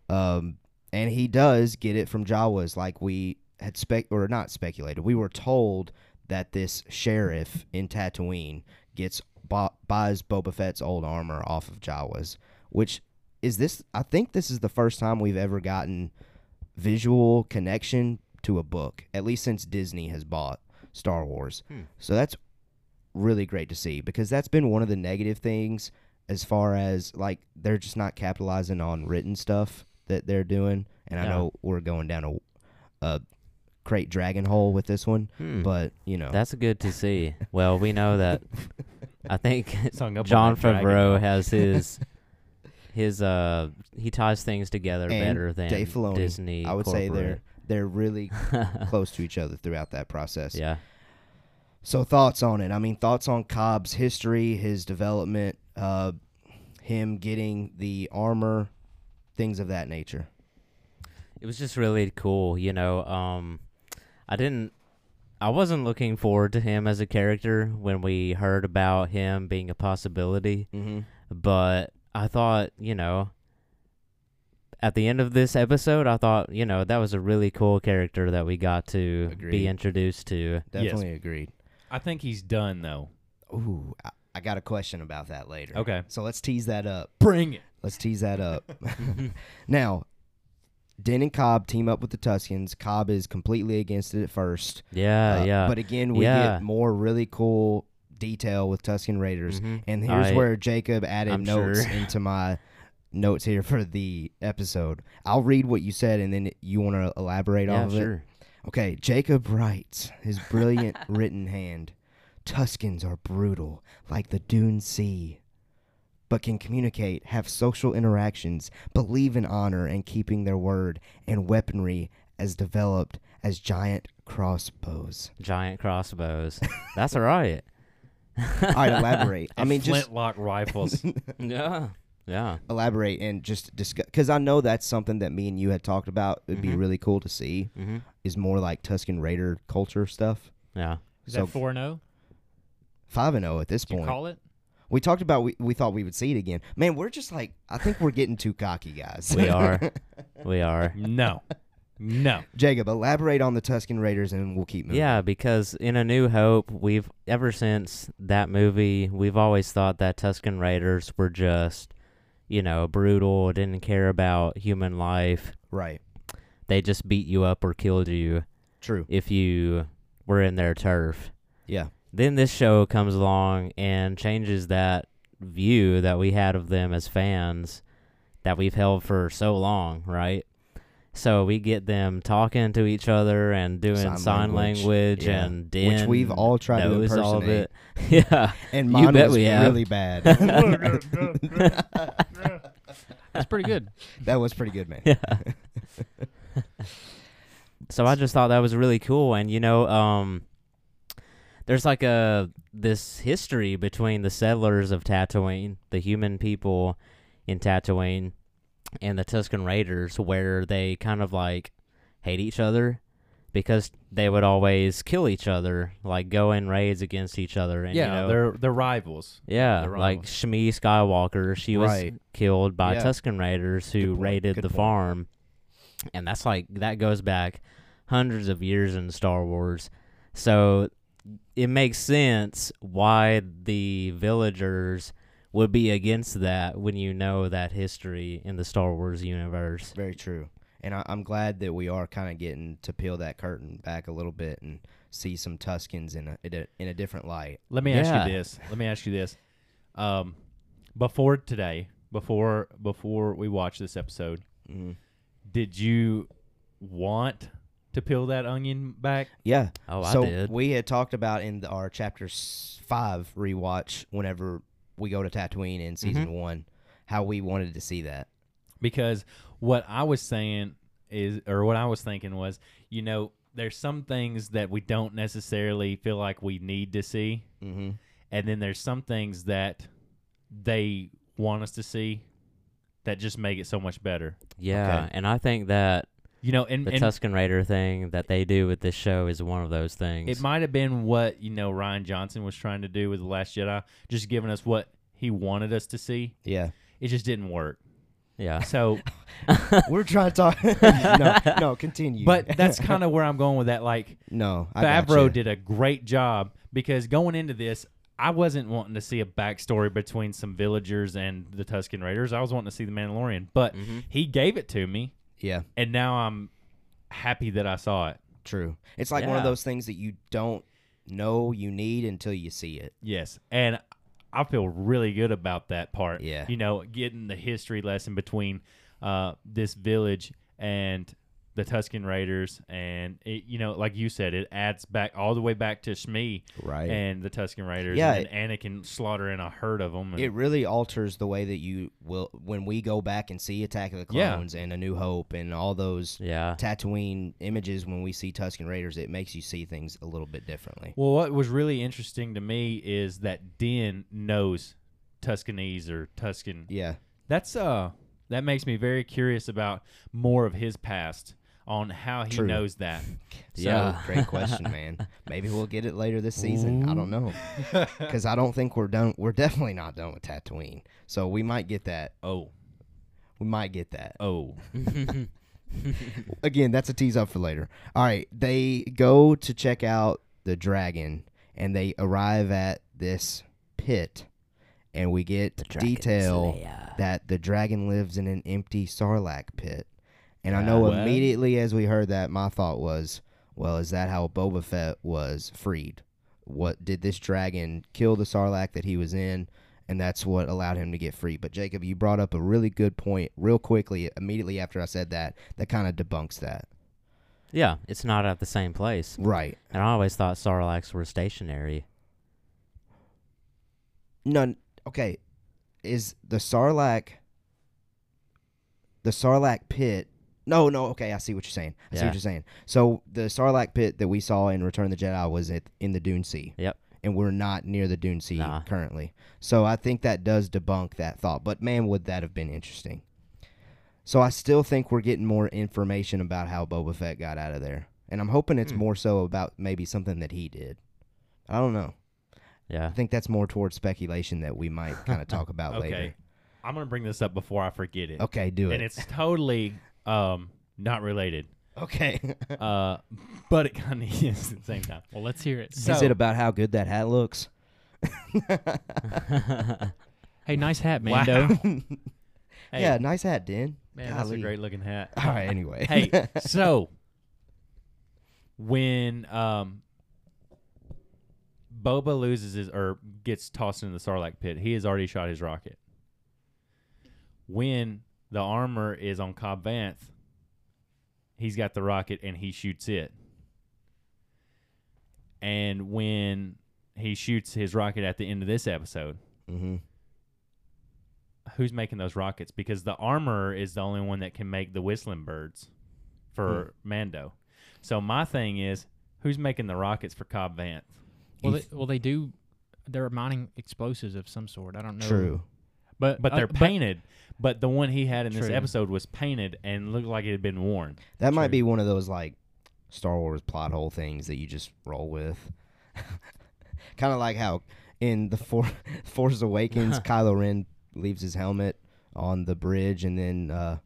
S1: um, and he does get it from Jawas, like we had spec or not speculated. We were told that this sheriff in Tatooine gets bu- buys Boba Fett's old armor off of Jawas, which is this? I think this is the first time we've ever gotten visual connection to a book, at least since Disney has bought Star Wars.
S2: Hmm.
S1: So that's really great to see because that's been one of the negative things as far as like they're just not capitalizing on written stuff that they're doing. And I
S3: Yeah.
S1: know we're going down a, a crate dragon hole with this one,
S2: Hmm.
S1: but uh, you know,
S2: That's good to see. Well, we know that. I think
S3: Sung up on
S2: John
S3: that dragon.
S2: Favreau has his his uh he ties things together
S1: And
S2: better than
S1: Dave Filoni,
S2: Disney.
S1: I would say they're
S2: corporate.
S1: they're really
S2: they're
S1: close to each other throughout that process.
S2: yeah.
S1: So thoughts on it? I mean, thoughts on Cobb's history, his development, uh, him getting the armor, things of that nature.
S2: It was just really cool, you know. Um, I didn't, I wasn't looking forward to him as a character when we heard about him being a possibility,
S1: Mm-hmm.
S2: but I thought, you know, at the end of this episode, I thought, you know, that was a really cool character that we got to
S1: Agreed.
S2: be introduced to.
S1: Definitely agreed.
S3: I think he's done though.
S1: Ooh, I, I got a question about that later.
S3: Okay.
S1: So let's tease that up.
S3: Bring it.
S1: Let's tease that up. now, Den and Cobb team up with the Tuscans. Cobb is completely against it at first.
S2: Yeah,
S1: Uh,
S2: yeah.
S1: But again, we
S2: Yeah.
S1: get more really cool detail with Tuscan Raiders.
S2: Mhm.
S1: And here's
S2: I-
S1: where Jacob added
S2: I'm
S1: notes
S2: sure.
S1: into my notes here for the episode. I'll read what you said and then you want to elaborate
S2: yeah,
S1: off of
S2: sure.
S1: it. Okay, Jacob writes his brilliant written hand. Tuscans are brutal, like the Dune Sea, but can communicate, have social interactions, believe in honor and keeping their word, and weaponry as developed as giant crossbows.
S2: Giant crossbows. That's right.
S1: All right, elaborate. I
S3: And
S1: mean, just
S3: flintlock rifles.
S2: Yeah, yeah.
S1: elaborate and just discuss because I know that's something that me and you had talked about. It'd be
S2: Mhm.
S1: really cool to see
S2: Mm-hmm.
S1: is more like Tuscan Raider culture stuff.
S2: Yeah.
S4: Is
S1: So-
S4: that four and zero?
S1: Five and zero at this
S4: Do you
S1: point.
S4: call it?
S1: We talked about we, we thought we would see it again. Man, we're just like I think we're getting too cocky, guys.
S2: We are. We are.
S3: no. No.
S1: Jacob, elaborate on the Tuscan Raiders, and we'll keep moving.
S2: Yeah, because in A New Hope, we've ever since that movie, we've always thought that Tuscan Raiders were just, you know, brutal, didn't care about human life.
S1: right.
S2: They just beat you up or killed you
S1: True.
S2: if you were in their turf.
S1: Yeah.
S2: Then this show comes along and changes that view that we had of them as fans that we've held for so long, right? So we get them talking to each other and doing
S1: Sign
S2: sign,
S1: language.
S2: language,
S1: Yeah.
S2: and
S1: Which we've
S2: Den
S1: all tried to
S2: knows all of
S1: impersonate.
S2: it. yeah,
S1: And
S2: You
S1: mine
S2: bet
S1: was
S2: we have.
S1: really bad.
S4: That's pretty good.
S1: that was pretty good, man.
S2: yeah. so I just thought that was really cool, and you know, um, there's like a this history between the settlers of Tatooine, the human people in Tatooine, and the Tusken Raiders, where they kind of like hate each other because they would always kill each other, like go in raids against each other, and
S3: yeah,
S2: you know,
S3: they're they're rivals.
S2: Yeah,
S3: They're um,
S2: like
S3: rivals.
S2: Shmi Skywalker, she
S1: Right.
S2: was killed by
S1: Yeah.
S2: Tusken Raiders
S1: Good
S2: who
S1: point,
S2: raided
S1: good
S2: the
S1: point.
S2: farm. And that's like that goes back hundreds of years in Star Wars. So it makes sense why the villagers would be against that when you know that history in the Star Wars universe.
S1: Very true. And I, I'm glad that we are kind of getting to peel that curtain back a little bit and see some Tuscans in a in a, in a different light.
S3: Let me ask
S2: Yeah.
S3: you this. Let me ask you this. Um, before today, before before we watch this episode,
S1: Mm.
S3: did you want to peel that onion back?
S1: Yeah.
S2: Oh,
S1: so
S2: I did.
S1: we had talked about in the, our chapter s- five rewatch whenever we go to Tatooine in season one how we wanted to see that.
S3: Because what I was saying is, or what I was thinking was, you know, there's some things that we don't necessarily feel like we need to see,
S1: Mm-hmm.
S3: and then there's some things that they want us to see that just make it so much better.
S2: yeah,
S1: okay.
S2: and I think that
S3: You know, and,
S2: the
S3: and
S2: Tuscan Raider thing that they do with this show is one of those things.
S3: It might have been what you know Ryan Johnson was trying to do with the Last Jedi, just giving us what he wanted us to see.
S1: Yeah,
S3: It just didn't work.
S2: yeah.
S3: So,
S1: we're trying to talk. no, no, continue.
S3: but that's kind of where I'm going with that. Like
S1: no. I
S3: Favreau
S1: gotcha.
S3: did a great job because going into this, I wasn't wanting to see a backstory between some villagers and the Tusken Raiders. I was wanting to see the Mandalorian, but
S1: Mm-hmm.
S2: Mhm.
S3: he gave it to me,
S1: Yeah,
S3: and now I'm happy that I saw it.
S1: true. It's like one of
S2: Yeah.
S1: those things that you don't know you need until you see it.
S3: Yes, and I feel really good about that part.
S1: Yeah.
S3: you know, getting the history lesson between uh, this village and the Tuscan Raiders, and it, you know, like you said, it adds back all the way back to Shmi
S1: Right.
S3: and the Tuscan Raiders,
S1: Yeah,
S3: and Anakin slaughtering a herd of them.
S1: it really alters the way that you will when we go back and see Attack of the
S3: Yeah.
S1: Clones and A New Hope and all those
S2: Yeah.
S1: Tatooine images when we see Tusken Raiders, it makes you see things a little bit differently.
S3: well, what was really interesting to me is that Din knows Tuscanese or Tuscan
S1: Yeah,
S3: That's uh that makes me very curious about more of his past on how he
S1: True.
S3: knows that.
S1: so
S2: Yeah.
S1: great question, man. Maybe we'll get it later this season. I don't know, because I don't think we're done. We're definitely not done with Tatooine, so we might get that.
S3: Oh,
S1: We might get that
S3: oh.
S1: again. That's a tease up for later. All right, they go to check out the dragon, and they arrive at this pit, and we get detail. that the dragon lives in an empty sarlacc pit. And I know
S3: What?
S1: immediately as we heard that, my thought was, well, is that how Boba Fett was freed? What did this dragon kill the sarlacc that he was in? And that's what allowed him to get free. But Jacob, you brought up a really good point real quickly, immediately after I said that, that kind of debunks that.
S2: Yeah, it's not at the same place.
S1: Right.
S2: And I always thought Sarlaccs were stationary.
S1: None. Okay. Is the sarlacc the sarlacc pit? No, no. Okay, I see what you're saying. I see
S2: Yeah.
S1: what you're saying. So the sarlacc pit that we saw in Return of the Jedi was at, in the Dune Sea.
S2: Yep.
S1: And we're not near the Dune Sea
S2: Nah.
S1: currently. So I think that does debunk that thought. But man, would that have been interesting? So I still think we're getting more information about how Boba Fett got out of there, and I'm hoping it's
S3: Hmm.
S1: more so about maybe something that he did. I don't know. I
S2: Yeah.
S1: think that's more towards speculation that we might kind of talk about
S3: Okay.
S1: later.
S3: I'm going to bring this up before I forget it.
S1: Okay, do
S3: And
S1: it.
S3: it's totally um not related.
S1: Okay.
S3: Uh but it kind of is at the same time.
S4: Well, let's hear it.
S3: So-
S1: Is it about how good that hat looks?
S4: Hey, nice hat,
S3: Wow.
S4: Mando.
S3: Hey,
S1: Yeah, nice hat, Dan.
S3: man, that's a
S1: golly.
S3: great looking hat.
S1: All right, anyway.
S3: hey, so when um Boba loses his or gets tossed into the Sarlacc pit, he has already shot his rocket. When the armor is on Cobb Vanth, he's got the rocket and he shoots it. And when he shoots his rocket at the end of this episode,
S1: Mm-hmm.
S3: who's making those rockets because the armorer is the only one that can make the whistling birds for Mando. So my thing is, who's making the rockets for Cobb Vanth?
S4: well, they,
S1: He's-
S4: well, they do. They're mining explosives of some sort. I don't know.
S1: True.
S4: but
S3: But
S4: uh,
S3: they're painted. But, the one he had in this
S4: True.
S3: episode was painted and looked like it had been worn.
S1: That might
S4: True.
S1: be one of those like Star Wars plot hole things that you just roll with. kind of like how in the For- Force Awakens, Kylo Ren leaves his helmet on the bridge, and then uh,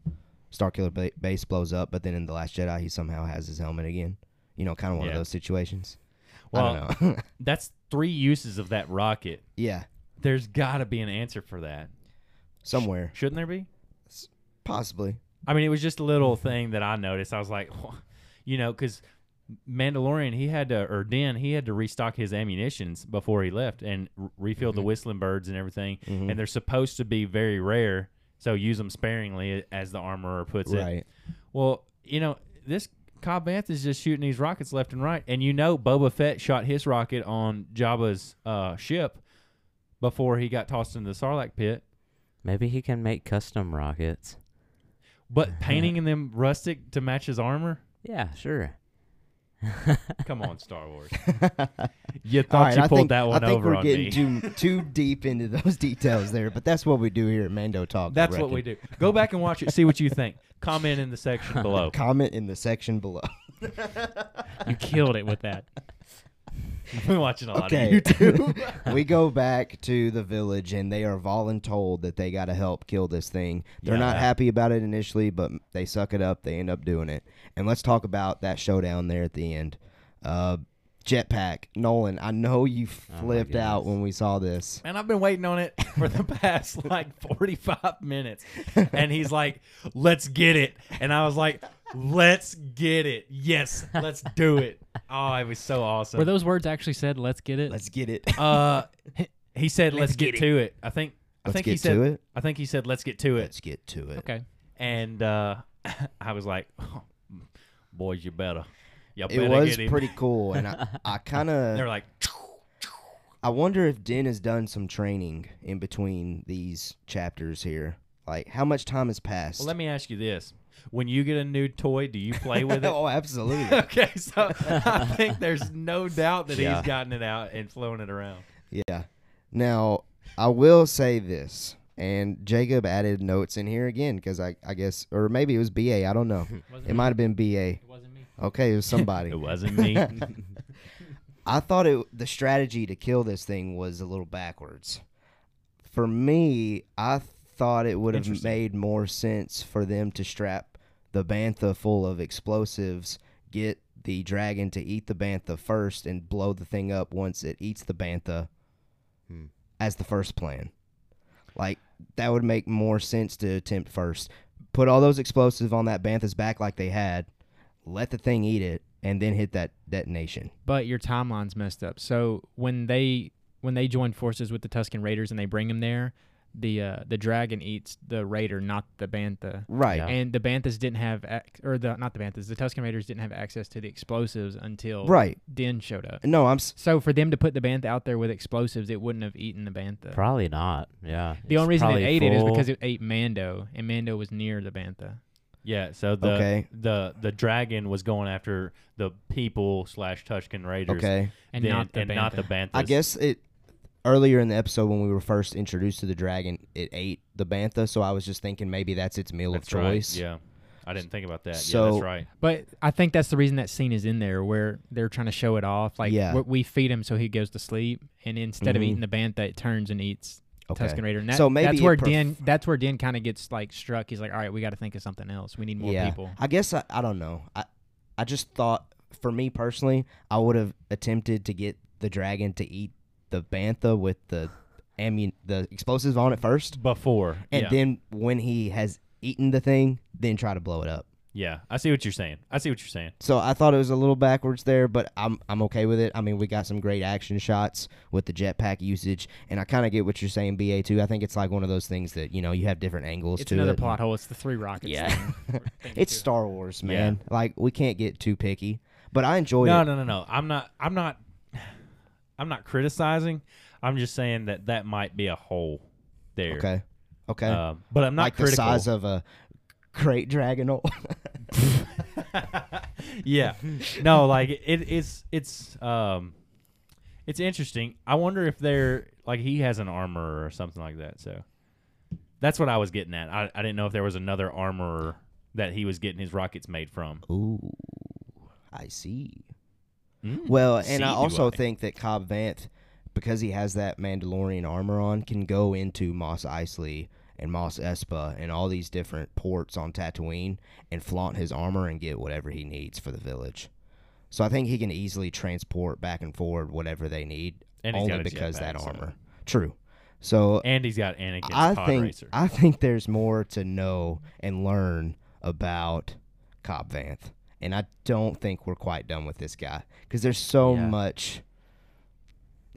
S1: Starkiller ba- Base blows up. But then in the Last Jedi, he somehow has his helmet again. You know, kind of one
S3: Yeah.
S1: of those situations.
S3: Well-
S1: I don't know.
S3: That's three uses of that rocket
S1: yeah,
S3: There's got to be an answer for that.
S1: somewhere,
S3: Shouldn't there be?
S1: possibly.
S3: I mean, it was just a little thing that I noticed. I was like, you know, because Mandalorian, he had to, or Den, he had to restock his ammunitions before he left and re- refill the whistling birds and everything.
S1: Mhm.
S3: And they're supposed to be very rare, so use them sparingly, as the armorer puts it.
S1: right.
S3: Well, you know, this Cobb Vanth is just shooting these rockets left and right, and you know Boba Fett shot his rocket on Jabba's uh, ship before he got tossed into the Sarlacc pit.
S2: Maybe he can make custom rockets.
S3: But painting in them rustic to match his armor?
S2: Yeah, sure.
S3: Come on, Star Wars. you
S1: All
S3: thought
S1: right,
S3: you
S1: I
S3: pulled
S1: think,
S3: that one
S1: I think
S3: over
S1: we're
S3: on
S1: getting
S3: me.
S1: too too deep into those details there, but that's what we do here at Mando Talk. I
S3: That's what we
S1: reckon.
S3: do. Go back and watch it. See what you think. Comment in the section below.
S1: Comment in the section below.
S4: You killed it with that.
S3: We're watching a lot
S1: Okay,
S3: of YouTube.
S1: we go back to the village, and they are voluntold that they got to help kill this thing. They're not
S3: Yeah.
S1: happy about it initially, but they suck it up. They end up doing it. And let's talk about that showdown there at the end. Uh, Jetpack, Nolan. I know you
S3: Oh
S1: flipped out
S2: goodness.
S1: when we saw this.
S3: And I've been waiting on it for the past like 45 minutes. And he's like, let's get it. And I was like, let's get it. Yes, let's do it. Oh, it was so awesome.
S4: Were those words actually said? Let's get it.
S1: Let's get it.
S3: uh, he said, let's, get, to it. I think. I
S1: Let's
S3: think he
S1: get
S3: said,
S1: to it?
S3: I think he said, let's get to it.
S1: Let's get to it.
S4: okay.
S3: And uh, I was like, oh, boys, you better. You better
S1: It was
S3: get him.
S1: pretty cool, and I, I kind of
S3: They're like,
S1: I wonder if Den has done some training in between these chapters here. Like, how much time has passed?
S3: well, let me ask you this. When you get a new toy, do you play with it?
S1: oh, absolutely.
S3: okay, so I think there's no doubt that
S2: Yeah.
S3: he's gotten it out and flown it around.
S1: yeah. Now, I will say this, and Jacob added notes in here again because I, I guess, or maybe it was BA. I don't know. it might have been BA.
S4: wasn't me.
S1: Okay, it was somebody.
S3: wasn't me.
S1: I thought it the strategy to kill this thing was a little backwards. For me, I thought it would have
S3: Interesting.
S1: made more sense for them to strap the bantha full of explosives, get the dragon to eat the bantha first, and blow the thing up once it eats the bantha
S2: Hmm.
S1: as the first plan. Like that would make more sense to attempt first. Put all those explosives on that bantha's back like they had, let the thing eat it, and then hit that detonation.
S4: But your timeline's messed up. So when they when they join forces with the Tuscan Raiders and they bring him there, the uh, the dragon eats the raider, not the bantha.
S1: Right.
S2: Yeah.
S4: And the banthas didn't have ac- or the not the banthas, the Tuscan Raiders didn't have access to the explosives until
S1: Right.
S4: Den showed up.
S1: No, I'm. s-
S4: So for them to put the bantha out there with explosives, it wouldn't have eaten the bantha.
S2: Probably not. Yeah.
S4: the
S2: It's
S4: only reason it
S2: probably
S4: ate it is
S2: full.
S4: because it ate Mando, and Mando was near the bantha.
S3: yeah, so the
S1: Okay.
S3: the the dragon was going after the people slash Tuscan Raiders.
S1: Okay.
S4: And
S3: then-
S4: not the
S3: and not the
S4: bantha.
S3: Banthas.
S1: I guess it earlier in the episode when we were first introduced to the dragon, it ate the bantha, so I was just thinking maybe that's its meal
S3: that's
S1: of choice.
S3: Right. Yeah, I didn't think about that. yeah,
S1: So-
S3: that's right.
S4: But I think that's the reason that scene is in there where they're trying to show it off. Like
S1: Yeah.
S4: we- we feed him so he goes to sleep, and instead of
S1: Mhm.
S4: eating the bantha, it turns and eats
S1: Okay.
S4: Tuscan Raider. And that,
S1: So maybe
S4: that's
S1: it
S4: where
S1: pref-
S4: Den that's where Den kind of gets like struck. He's like, all right, we got to think of something else. We need more
S1: yeah.
S4: people.
S1: I guess I, I don't know. I I just thought for me personally, I would have attempted to get the dragon to eat the bantha with the ammun the explosives on it first,
S3: Before.
S1: and
S3: yeah.
S1: then when he has eaten the thing, then try to blow it up.
S3: yeah, I see what you're saying. I see what you're saying.
S1: So I thought it was a little backwards there, but I'm I'm okay with it. I mean, we got some great action shots with the jetpack usage, and I kind of get what you're saying, BA too. I think it's like one of those things that you know you have different angles
S4: It's
S1: to
S4: another
S1: it.
S4: plot hole. It's the three rockets.
S1: Yeah,
S4: thing.
S1: it's Star Wars, man. Like we can't get too picky, but I enjoyed
S3: No,
S1: it.
S3: no, no, no. I'm not. I'm not. I'm not criticizing. I'm just saying that that might be a hole there.
S1: Okay, okay.
S3: Um, but I'm not
S1: like
S3: critical.
S1: the size of a crate dragon. Oh,
S3: yeah no like it, it's it's um it's interesting i wonder if they're like he has an armor or something like that so that's what i was getting at i, I didn't know if there was another armorer that he was getting his rockets made from
S1: Ooh, I see.
S3: Mm.
S1: Well, and I
S3: See, do
S1: also
S3: I.
S1: think that Cobb Vanth, because he has that Mandalorian armor on, can go into Moss Eisley and Moss Espa and all these different ports on Tatooine and flaunt his armor and get whatever he needs for the village. So I think he can easily transport back and forward whatever they need
S3: And he's
S1: only
S3: got a
S1: because that
S3: jetpack, so-
S1: armor. True. So
S3: Andy's got Anakin's
S1: I
S3: pod
S1: think
S3: racer.
S1: I think there's more to know and learn about Cobb Vanth, and I don't think we're quite done with this guy because there's so
S2: Yeah.
S1: much.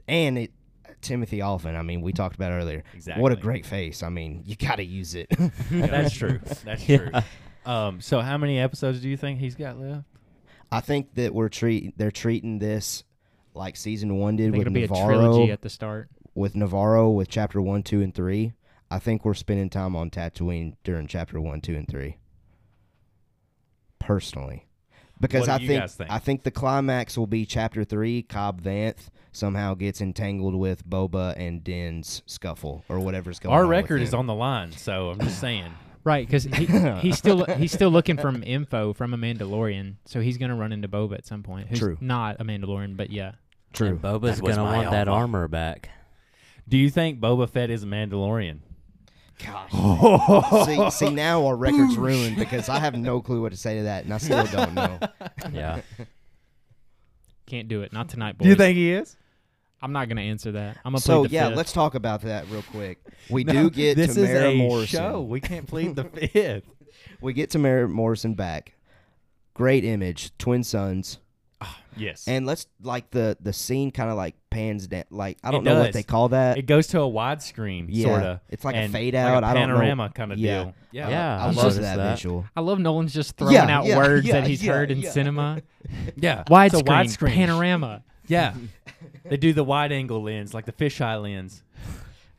S1: And it, Timothy Olyphant. I mean, we talked about earlier. What a
S3: Exactly.
S1: great face. I mean, you got to use it.
S3: Yeah, that's true. That's true.
S2: Yeah.
S3: Um, so how many episodes do you think he's got left?
S1: I think that we're treat they're treating this like season one
S4: I
S1: did with
S4: think it'll be a
S1: Navarro,
S4: trilogy at the start.
S1: with Navarro with chapter one, two, and three. I think we're spending time on Tatooine during chapter one, two, and three. Personally, because I
S3: What do you
S1: think,
S3: guys think?
S1: I think the climax will be chapter three. Cobb Vanth somehow gets entangled with Boba and Din's scuffle or whatever's going.
S3: Our
S1: on with
S3: record is
S1: them.
S3: on the line, so I'm just saying.
S4: Right, because he, he's still he's still looking for info from a Mandalorian, so he's gonna run into Boba at some point. Who's
S1: True.
S4: not a Mandalorian, but yeah,
S1: true.
S2: And Boba's
S3: That was
S2: gonna
S3: my
S2: want that
S3: alma.
S2: armor back.
S3: Do you think Boba Fett is a Mandalorian?
S1: see, see, now our record's ruined because I have no clue what to say to that, and I still don't know.
S2: Yeah.
S4: can't do it. Not tonight, boys.
S3: he is?
S4: I'm not gonna answer that. I'm gonna
S1: So
S4: plead the
S1: yeah,
S4: let
S1: let's talk about that real quick. We do get
S3: this is
S1: Tamara
S3: a
S1: Morrison.
S3: show. We can't plead the fifth.
S1: We get Tamara Morrison back. Great image, twin sons,
S3: Yes.
S1: and let's like the the scene kind of like pans down. Like I
S3: It
S1: don't know what
S3: does.
S1: they call that.
S3: it goes to a widescreen,
S1: Yeah.
S3: sort of.
S1: It's like a
S3: and
S1: fade
S3: like
S1: out. I don't know.
S3: panorama kind of
S1: Yeah.
S3: deal.
S1: I-
S2: Yeah,
S1: I,
S2: I
S1: love
S2: noticed
S1: that,
S2: that.
S1: visual.
S4: I love Nolan's just throwing
S1: Yeah,
S4: out
S1: yeah,
S4: words
S1: yeah,
S4: that he's
S1: yeah,
S4: heard in
S1: yeah.
S4: cinema.
S3: Yeah. It's a
S4: Widescreen,
S3: widescreen.
S4: panorama.
S3: Yeah. they do the wide angle lens, like the fisheye lens.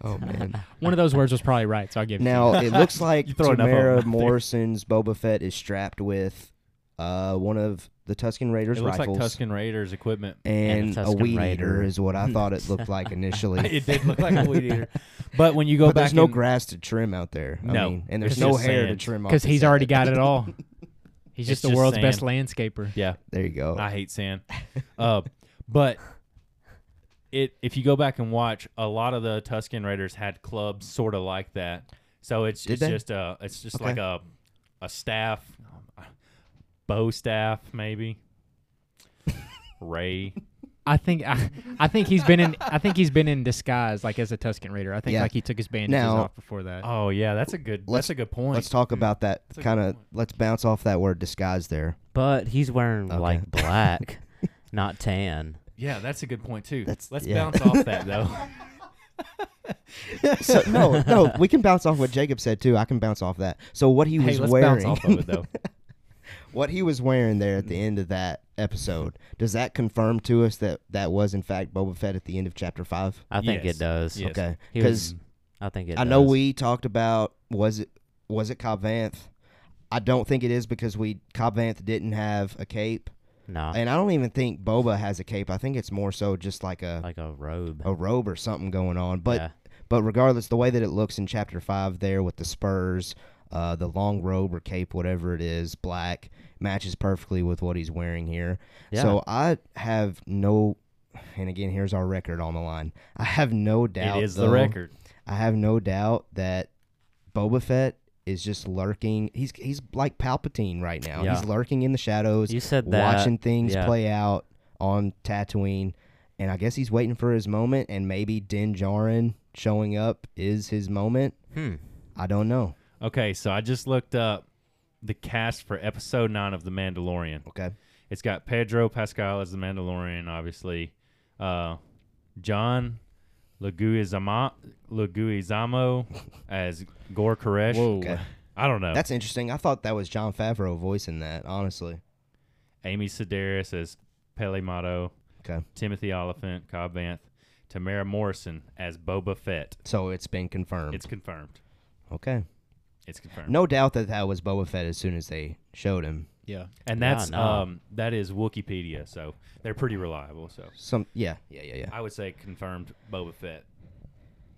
S1: Oh man!
S4: One of those words was probably right, so I'll give it. to you.
S1: now it looks like
S3: You throw enough of them
S1: Tamara
S3: out there.
S1: Morrison's Boba Fett is strapped with uh, one of the Tusken Raiders
S3: it looks
S1: rifles.
S3: like Tuscan Raiders equipment.
S1: and,
S2: And a
S1: a
S2: Tusken
S1: weed eater
S2: Raider.
S1: is what I thought it looked like initially.
S3: it did look like a weed eater. But when you go
S1: but
S3: back
S1: there's no
S3: and-
S1: grass to trim out there. I
S3: No,
S1: mean, and there's
S3: it's
S1: no
S3: just
S1: hair to
S3: sand.
S1: trim off.
S4: because
S1: the
S4: he's
S1: side.
S4: already got it all.
S3: It's
S4: He's just the
S3: just
S4: world's
S3: sand.
S4: best landscaper.
S3: Yeah.
S1: There you go.
S3: I hate sand. Uh, but it if you go back and watch, a lot of the Tuscan Raiders had clubs sort of like that. So it's
S1: Did
S3: it's
S1: they?
S3: just a it's just
S1: Okay.
S3: like a a staff, bow staff maybe. Ray,
S4: I think I, I think he's been in I think he's been in disguise like as a Tuscan Raider. I think
S1: Yeah.
S4: like he took his bandages
S1: Now-
S4: off before that.
S3: oh yeah, that's a good
S1: Let's-
S3: that's a good point.
S1: Let's talk about that
S3: a good
S1: kind of.
S3: point.
S1: Let's bounce off that word disguise there.
S2: But he's wearing
S1: Okay.
S2: like black, not tan.
S3: yeah, that's a good point too.
S1: That's-
S3: Let's
S1: yeah.
S3: bounce off that though.
S1: So no, no, we can bounce off what Jacob said too. I can bounce off that. So what he
S3: hey,
S1: was
S3: let's
S1: wearing,
S3: bounce off of it Mm-hmm. though.
S1: what he was wearing there at the end of that episode, does that confirm to us that that was in fact Boba Fett at the end of chapter five?
S2: I think
S3: Yes.
S2: it does.
S3: Yes.
S1: Okay,
S2: He
S1: because
S2: was, I think it
S1: I know
S2: does.
S1: we talked about was it was it Cobb Vanth? I don't think it is because we Cobb Vanth didn't have a cape,
S3: Uh.
S2: Nah.
S1: and I don't even think Boba has a cape. I think it's more so just like a
S3: Uh.
S2: like a robe.
S1: a robe or something going on. Oh, But
S2: Yeah.
S1: but regardless, the way that it looks in chapter five there with the spurs, uh, the long robe or cape, whatever it is, black matches perfectly with what he's wearing here.
S2: Yeah.
S1: So I have no. And again, here's our record on the line. I have no doubt.
S3: It is the
S1: though,
S3: record.
S1: I have no doubt that Boba Fett is just lurking. He's he's like Palpatine right now.
S2: Yeah.
S1: He's lurking in the shadows,
S2: You said that.
S1: watching things
S2: yeah.
S1: play out on Tatooine, and I guess he's waiting for his moment. And maybe Din Djarin showing up is his moment.
S2: Hmm.
S1: I don't know.
S3: Okay, so I just looked up the cast for episode nine of The Mandalorian.
S1: Okay,
S3: It's got Pedro Pascal as the Mandalorian, obviously. Uh, John Leguizamo, Leguizamo as Gore Koresh.
S4: Whoa,
S1: okay,
S3: I don't know.
S1: that's interesting. I thought that was John Favreau voicing that. Honestly,
S3: Amy Sedaris as Pele Mato.
S1: Okay.
S3: Timothy Oliphant, Cobb Vanth, Tamara Morrison as Boba Fett.
S1: so it's been confirmed.
S3: It's confirmed.
S1: okay,
S3: It's confirmed.
S1: no doubt that that was Boba Fett as soon as they showed him.
S4: yeah.
S3: And
S2: Yeah,
S3: that's
S2: no.
S3: um that is Wikipedia, so they're pretty reliable. So
S1: Some yeah yeah yeah yeah.
S3: I would say confirmed Boba Fett.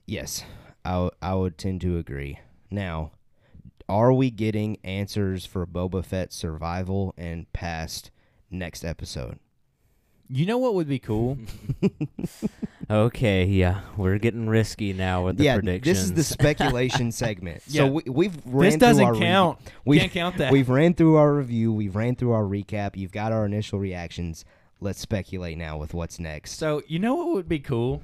S1: Yes, I, w- I would tend to agree. Now, are we getting answers for Boba Fett's survival and past next episode?
S3: You know what would be cool?
S2: Okay, yeah. We're getting risky now with the
S1: yeah,
S2: predictions.
S1: this is the speculation segment.
S3: Yeah.
S1: So we, we've ran
S3: this
S1: through our
S3: doesn't
S1: re-
S3: count.
S1: we've-
S3: Can't count that.
S1: We've ran through our review. We've ran through our recap. You've got our initial reactions. Let's speculate now with what's next.
S3: So you know what would be cool?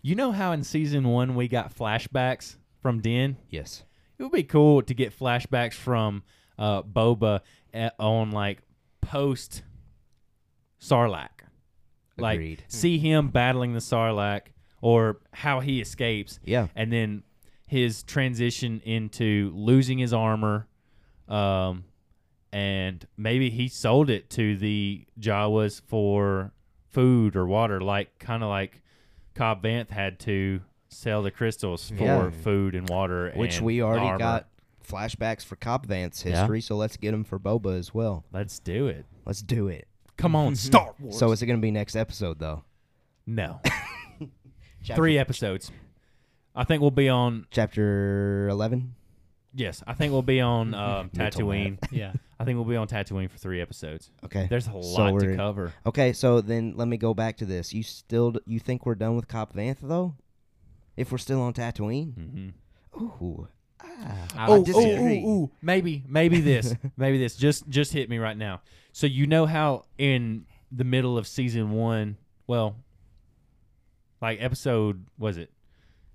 S3: You know how in season one we got flashbacks from Din?
S1: Yes.
S3: It would be cool to get flashbacks from uh, Boba at, on like post Sarlacc. Like
S1: Agreed.
S3: see him battling the Sarlacc or how he escapes
S1: Yeah.
S3: and then his transition into losing his armor um and maybe he sold it to the Jawas for food or water like kind of like Cobb Vanth had to sell the crystals for
S1: Yeah.
S3: food and water
S1: Which
S3: and
S1: we
S3: the
S1: already
S3: armor.
S1: got flashbacks for Cobb Vance's
S2: Yeah.
S1: history, so let's get them for Boba as well.
S3: Let's do it.
S1: Let's do it.
S3: Come on, Star Wars.
S1: So is it going to be next episode though?
S3: no.
S1: Chapter,
S3: Three episodes. I think we'll be on
S1: Chapter eleven.
S3: yes, I think we'll be on um,
S1: Mental
S3: Tatooine.
S4: Yeah.
S3: I think we'll be on Tatooine for 3 episodes.
S1: Okay.
S3: There's a
S1: So
S3: lot
S1: we're-
S3: to cover.
S1: Okay, so then let me go back to this. You still d- you think we're done with Cop Vanth though? If we're still on Tatooine?
S3: Mhm.
S1: Ooh. Ah.
S4: I
S1: I
S3: Oh, oh,
S1: disagree.
S3: ooh, ooh, maybe, maybe this, maybe this. Just, just hit me right now. So you know how in the middle of season one, well, like episode was it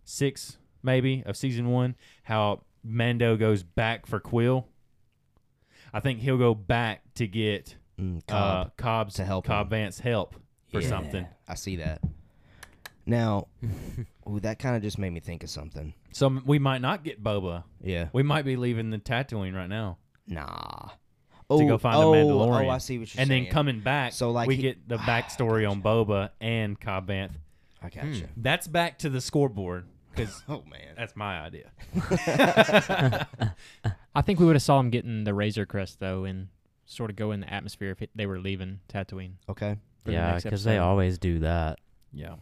S3: six, maybe of season one, how Mando goes back for Quill. I think he'll go back to get
S1: Mm,
S3: Cobb,
S1: Cobb.
S3: uh, Cobb's
S1: to help
S3: Cobb
S1: him.
S3: Vance help for
S1: Yeah.
S3: something.
S1: I see that. Now, ooh, that kind of just made me think of something.
S3: So m- we might not get Boba.
S1: Yeah.
S3: We might be leaving the Tatooine right now,
S1: Nah.
S3: go
S1: Oh,
S3: find the
S1: oh,
S3: Mandalorian.
S1: Oh, I see what you're
S3: and
S1: saying.
S3: then coming back,
S1: So, like,
S3: we
S1: he-
S3: get the backstory on Boba and Cobb Vanth.
S1: I
S3: Hmm.
S1: gotcha.
S3: That's back to the scoreboard because
S1: Oh man.
S3: that's my idea.
S4: I think we would have saw him getting the Razor Crest though, and sort of go in the atmosphere if it, they were leaving Tatooine.
S1: Okay.
S4: for the
S2: yeah,
S4: next
S2: because they
S4: episode.
S2: always do that.
S3: Yeah.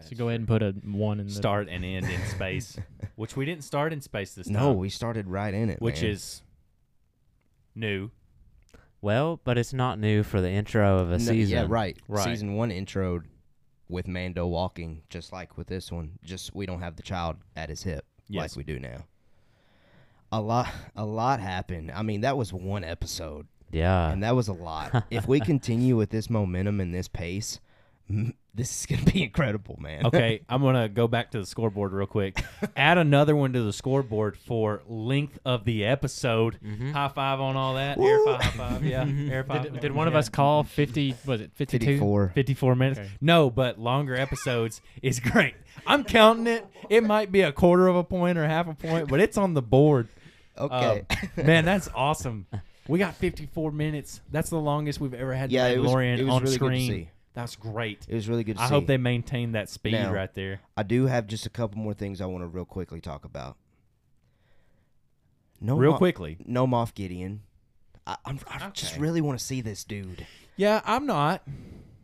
S4: So go ahead and put a one in the
S3: start and end in space, which we didn't start in space this time.
S1: No, we started right in it.
S3: which
S1: man.
S3: is new.
S2: Well, but it's not new for the intro of a
S1: No,
S2: season.
S1: Yeah, right.
S3: Right.
S1: Season one introed with Mando walking, just like with this one. Just we don't have the child at his hip
S3: Yes.
S1: like we do now. A lot, a lot happened. I mean, that was one episode,
S3: Uh.
S2: Yeah.
S1: and that was a lot. if we continue with this momentum and this pace, m- this is gonna be incredible, man.
S3: Okay, I'm gonna go back to the scoreboard real quick. Add another one to the scoreboard for length of the episode.
S1: Mm-hmm.
S3: High five on all that. Air five, high five. Yeah, air five.
S4: Did, did one of us call fifty? Was it fifty-two?
S1: Fifty-four.
S3: 54 minutes.
S4: Okay.
S3: No, but longer episodes is great. I'm counting it. It might be a quarter of a point or half a point, but it's on the board.
S1: Okay.
S3: Um, man, that's awesome. We got 54 minutes. That's the longest we've ever had.
S1: Yeah,
S3: the
S1: it was-
S3: Mandalorian
S1: it was
S3: on
S1: really good to
S3: screen.
S1: see.
S3: That's great.
S1: it was really good. To
S3: I
S1: see.
S3: hope they maintain that speed
S1: Now-
S3: right there.
S1: I do have just a couple more things I want to real quickly talk about. No,
S3: Real
S1: Mo-
S3: quickly.
S1: No Moff Gideon. I, I'm, I just
S3: Okay.
S1: really want to see this dude.
S3: Yeah, I'm not.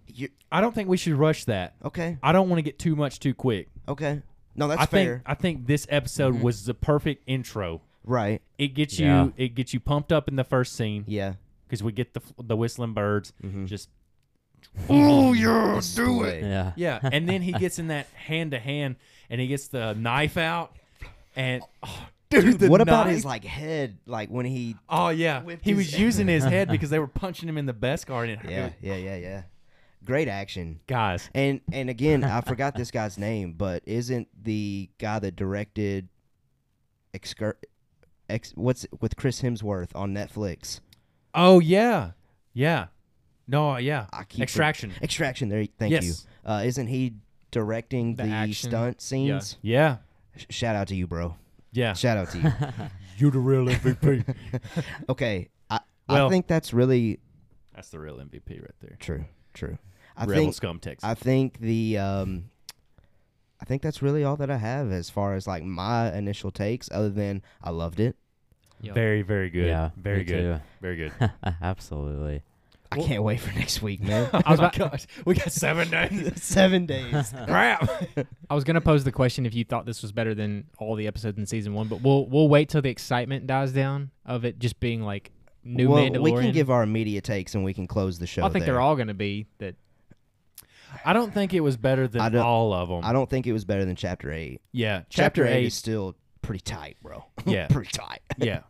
S1: You
S3: I don't think we should rush that.
S1: okay?
S3: I don't want to get too much too quick.
S1: Okay. No, that's
S3: I think
S1: fair. Mm-hmm.
S3: I think this episode was the perfect intro.
S1: right.
S3: It gets
S2: Yeah.
S3: you it gets you pumped up in the first scene.
S1: Yeah.
S3: because we get the the whistling birds just
S1: Let's do it.
S2: Yeah.
S3: yeah and then he gets in that hand to hand and he gets the knife out and oh, dude the
S1: What about
S3: knife-
S1: his like head? Like when he?
S3: oh yeah
S1: whipped
S3: he
S1: his-
S3: was using his head because they were punching him in the best guard and
S1: Yeah. Yeah. Yeah. Yeah. Great action.
S3: guys
S1: And and again, I forgot this guy's name, but isn't the guy that directed Excur- Ex what's it- with Chris Hemsworth on Netflix?
S3: oh yeah yeah no yeah
S1: I keep for-
S3: extraction
S1: Extraction. There. Thank
S3: Yes.
S1: you. Uh, isn't he directing
S4: The
S1: the,
S4: action.
S1: stunt
S4: Yeah.
S1: scenes?
S3: yeah
S1: Sh- Shout out to you, bro.
S3: yeah
S1: Shout out to you.
S3: you the real MVP
S1: okay. I, I
S3: Well-
S1: think that's really
S3: that's the real MVP right there
S1: True. True. I
S3: Rebel
S1: think
S3: Scum Texas
S1: I think the um I think that's really all that I have as far as like my initial takes other than I loved it.
S4: Yep.
S3: very very good
S2: Yeah,
S3: very
S2: me
S3: good very good
S2: too. Absolutely.
S1: I can't wait for next week, man.
S3: oh my gosh we got seven days
S1: 7 days.
S3: crap
S4: I was gonna pose the question if you thought this was better than all the episodes in season one, but we'll we'll wait till the excitement dies down of it just being like new
S1: well,
S4: Mandalorian.
S1: we can give our immediate takes and we can close the show
S4: I think
S1: there.
S4: they're all gonna be that.
S3: I don't think it was better
S1: I
S3: than
S1: don't-
S3: all of them.
S1: I don't think it was better than chapter 8.
S3: yeah,
S1: Chapter, 8 is still pretty tight, bro.
S3: Yeah.
S1: pretty tight.
S3: yeah,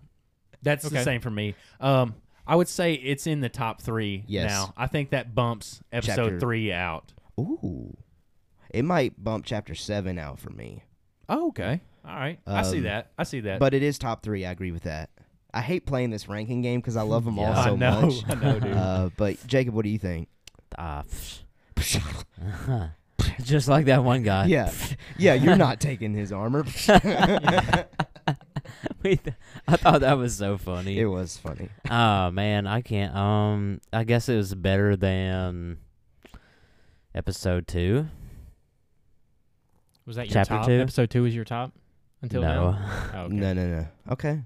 S3: that's the
S4: Okay.
S3: same for me. Um, I would say it's in the top three
S1: Yes.
S3: now. I think that bumps episode
S1: Chapter-
S3: three out.
S1: Ooh. it might bump chapter seven out for me.
S3: Oh, okay. All right. I see
S1: Um,
S3: that. I see that.
S1: But it is top three. I agree with that. I hate playing this ranking game because I love them
S2: Yeah.
S1: all so
S3: I know.
S1: much.
S3: I know, dude.
S1: Uh, but Jacob, what do you think?
S2: Ah, psh. Just like that one guy.
S1: yeah, yeah, you're not taking his armor.
S2: We th- I thought that was so
S1: it
S2: funny.
S1: was funny.
S2: Oh man, I can't. Um, I guess it was better than episode two.
S4: Was that your
S2: Chapter
S4: top?
S2: two?
S4: Episode two was your top until
S2: no,
S4: now. Oh, okay.
S1: No, no, no. Okay.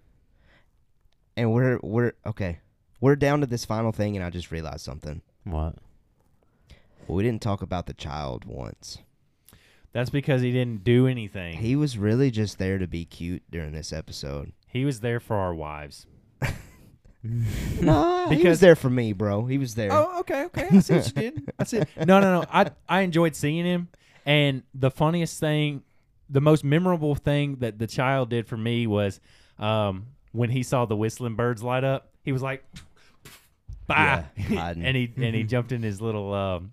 S1: And we're we're okay. We're down to this final thing, and I just realized something.
S2: what?
S1: We didn't talk about the child once.
S3: That's because he didn't do anything. He,
S1: He was really just there to be cute during this episode.
S3: was there for our wives.
S1: no, he was
S3: Because-
S1: there for me, bro. He was there.
S3: Oh, okay, okay. I see what you did. I see. No, no, no. I I enjoyed seeing him, and the funniest thing, the most memorable thing that the child did for me was, um, when he saw the whistling birds light up, he was like, "Bye,"
S1: Yeah, hiding.
S3: and he and he jumped in his little um,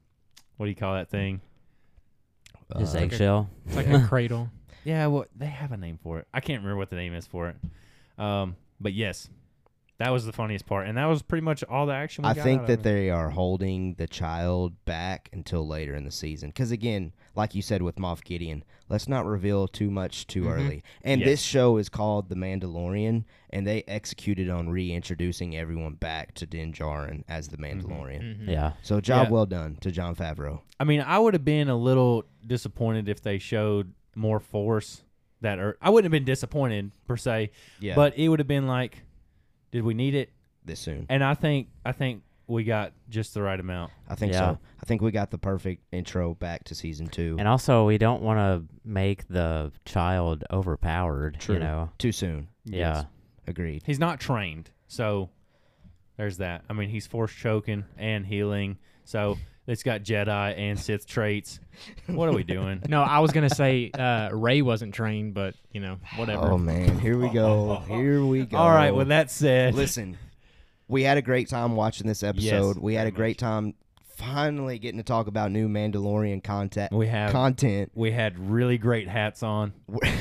S3: what do you call that thing?
S2: His
S1: Uh,
S2: eggshell.
S4: It's like a cradle.
S3: Yeah, well, they have a name for it. I can't remember what the name is for it. Um, but yes, that was the funniest part, and that was pretty much all the action. We
S1: I
S3: got out
S1: think
S3: of
S1: that
S3: it.
S1: they are holding the child back until later in the season. Because again, like you said with Moff Gideon, let's not reveal too much too early. And
S3: Mm-hmm. Yes.
S1: this show is called The Mandalorian, and they executed on reintroducing everyone back to Din Djarin as the Mandalorian.
S4: Mm. Mm-hmm.
S2: Yeah.
S1: So job
S3: Mm-hmm. Mm. Yeah.
S1: well done to John Favreau.
S3: I mean, I would have been a little disappointed if they showed more force. That er- I wouldn't have been disappointed per se,
S1: Yeah,
S3: but it would have been like, did we need it?
S1: this soon.
S3: And I think I think we got just the right amount.
S1: I think
S2: Yeah.
S1: so. I think we got the perfect intro back to season two.
S2: And also, we don't want to make the child overpowered.
S1: True.
S2: You know.
S1: too soon.
S2: Yeah.
S1: Agreed.
S3: He's not trained, so there's that. I mean, he's force choking and healing, so it's got Jedi and Sith traits. What are we doing?
S4: No, I was gonna say uh, Ray wasn't trained, but you know, whatever.
S1: Oh man, here we go. Here we go.
S3: All right. With that said,
S1: Listen, we had a great time watching this episode. we had
S3: very
S1: a great time finally getting to talk about new Mandalorian content.
S3: we have
S1: content.
S3: we had really great hats on.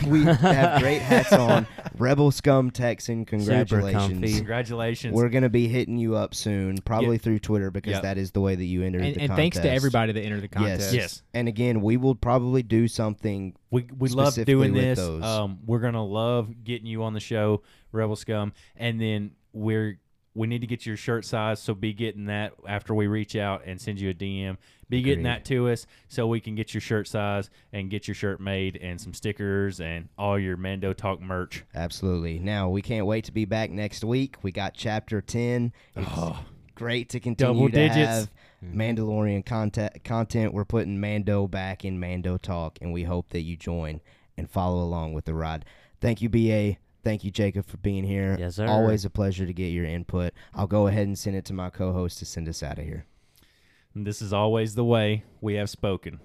S1: We have great hats on. Rebel Scum Texan, congratulations.
S2: comfy.
S3: Congratulations.
S1: We're gonna be hitting you up soon, probably through Twitter because
S3: Yeah.
S1: that is the way that you entered
S4: And,
S1: the
S4: and thanks to
S1: contest.
S4: everybody that entered the
S1: Yes.
S4: contest.
S3: Yes.
S1: And again, we will probably do something.
S3: We we love
S1: specifically
S3: doing
S1: with
S3: this.
S1: those.
S3: Um, we're gonna love getting you on the show, Rebel Scum, and then we're we need to get your shirt size, so be getting that after we reach out and send you a DM. Be
S1: Agreed.
S3: getting that to us so we can get your shirt size and get your shirt made and some stickers and all your Mando Talk merch.
S1: Absolutely. Now we can't wait to be back next week. We got chapter ten. It's great to continue
S3: Double
S1: to
S3: digits.
S1: have Mandalorian content. Content. We're putting Mando back in Mando talk, and we hope that you join and follow along with the ride. Thank you, Ba. Thank you, Jacob, for being here.
S2: Yes, sir.
S1: Always a pleasure to get your input. I'll go ahead and send it to my co-host to send us out of here.
S3: And this is always the way we have spoken.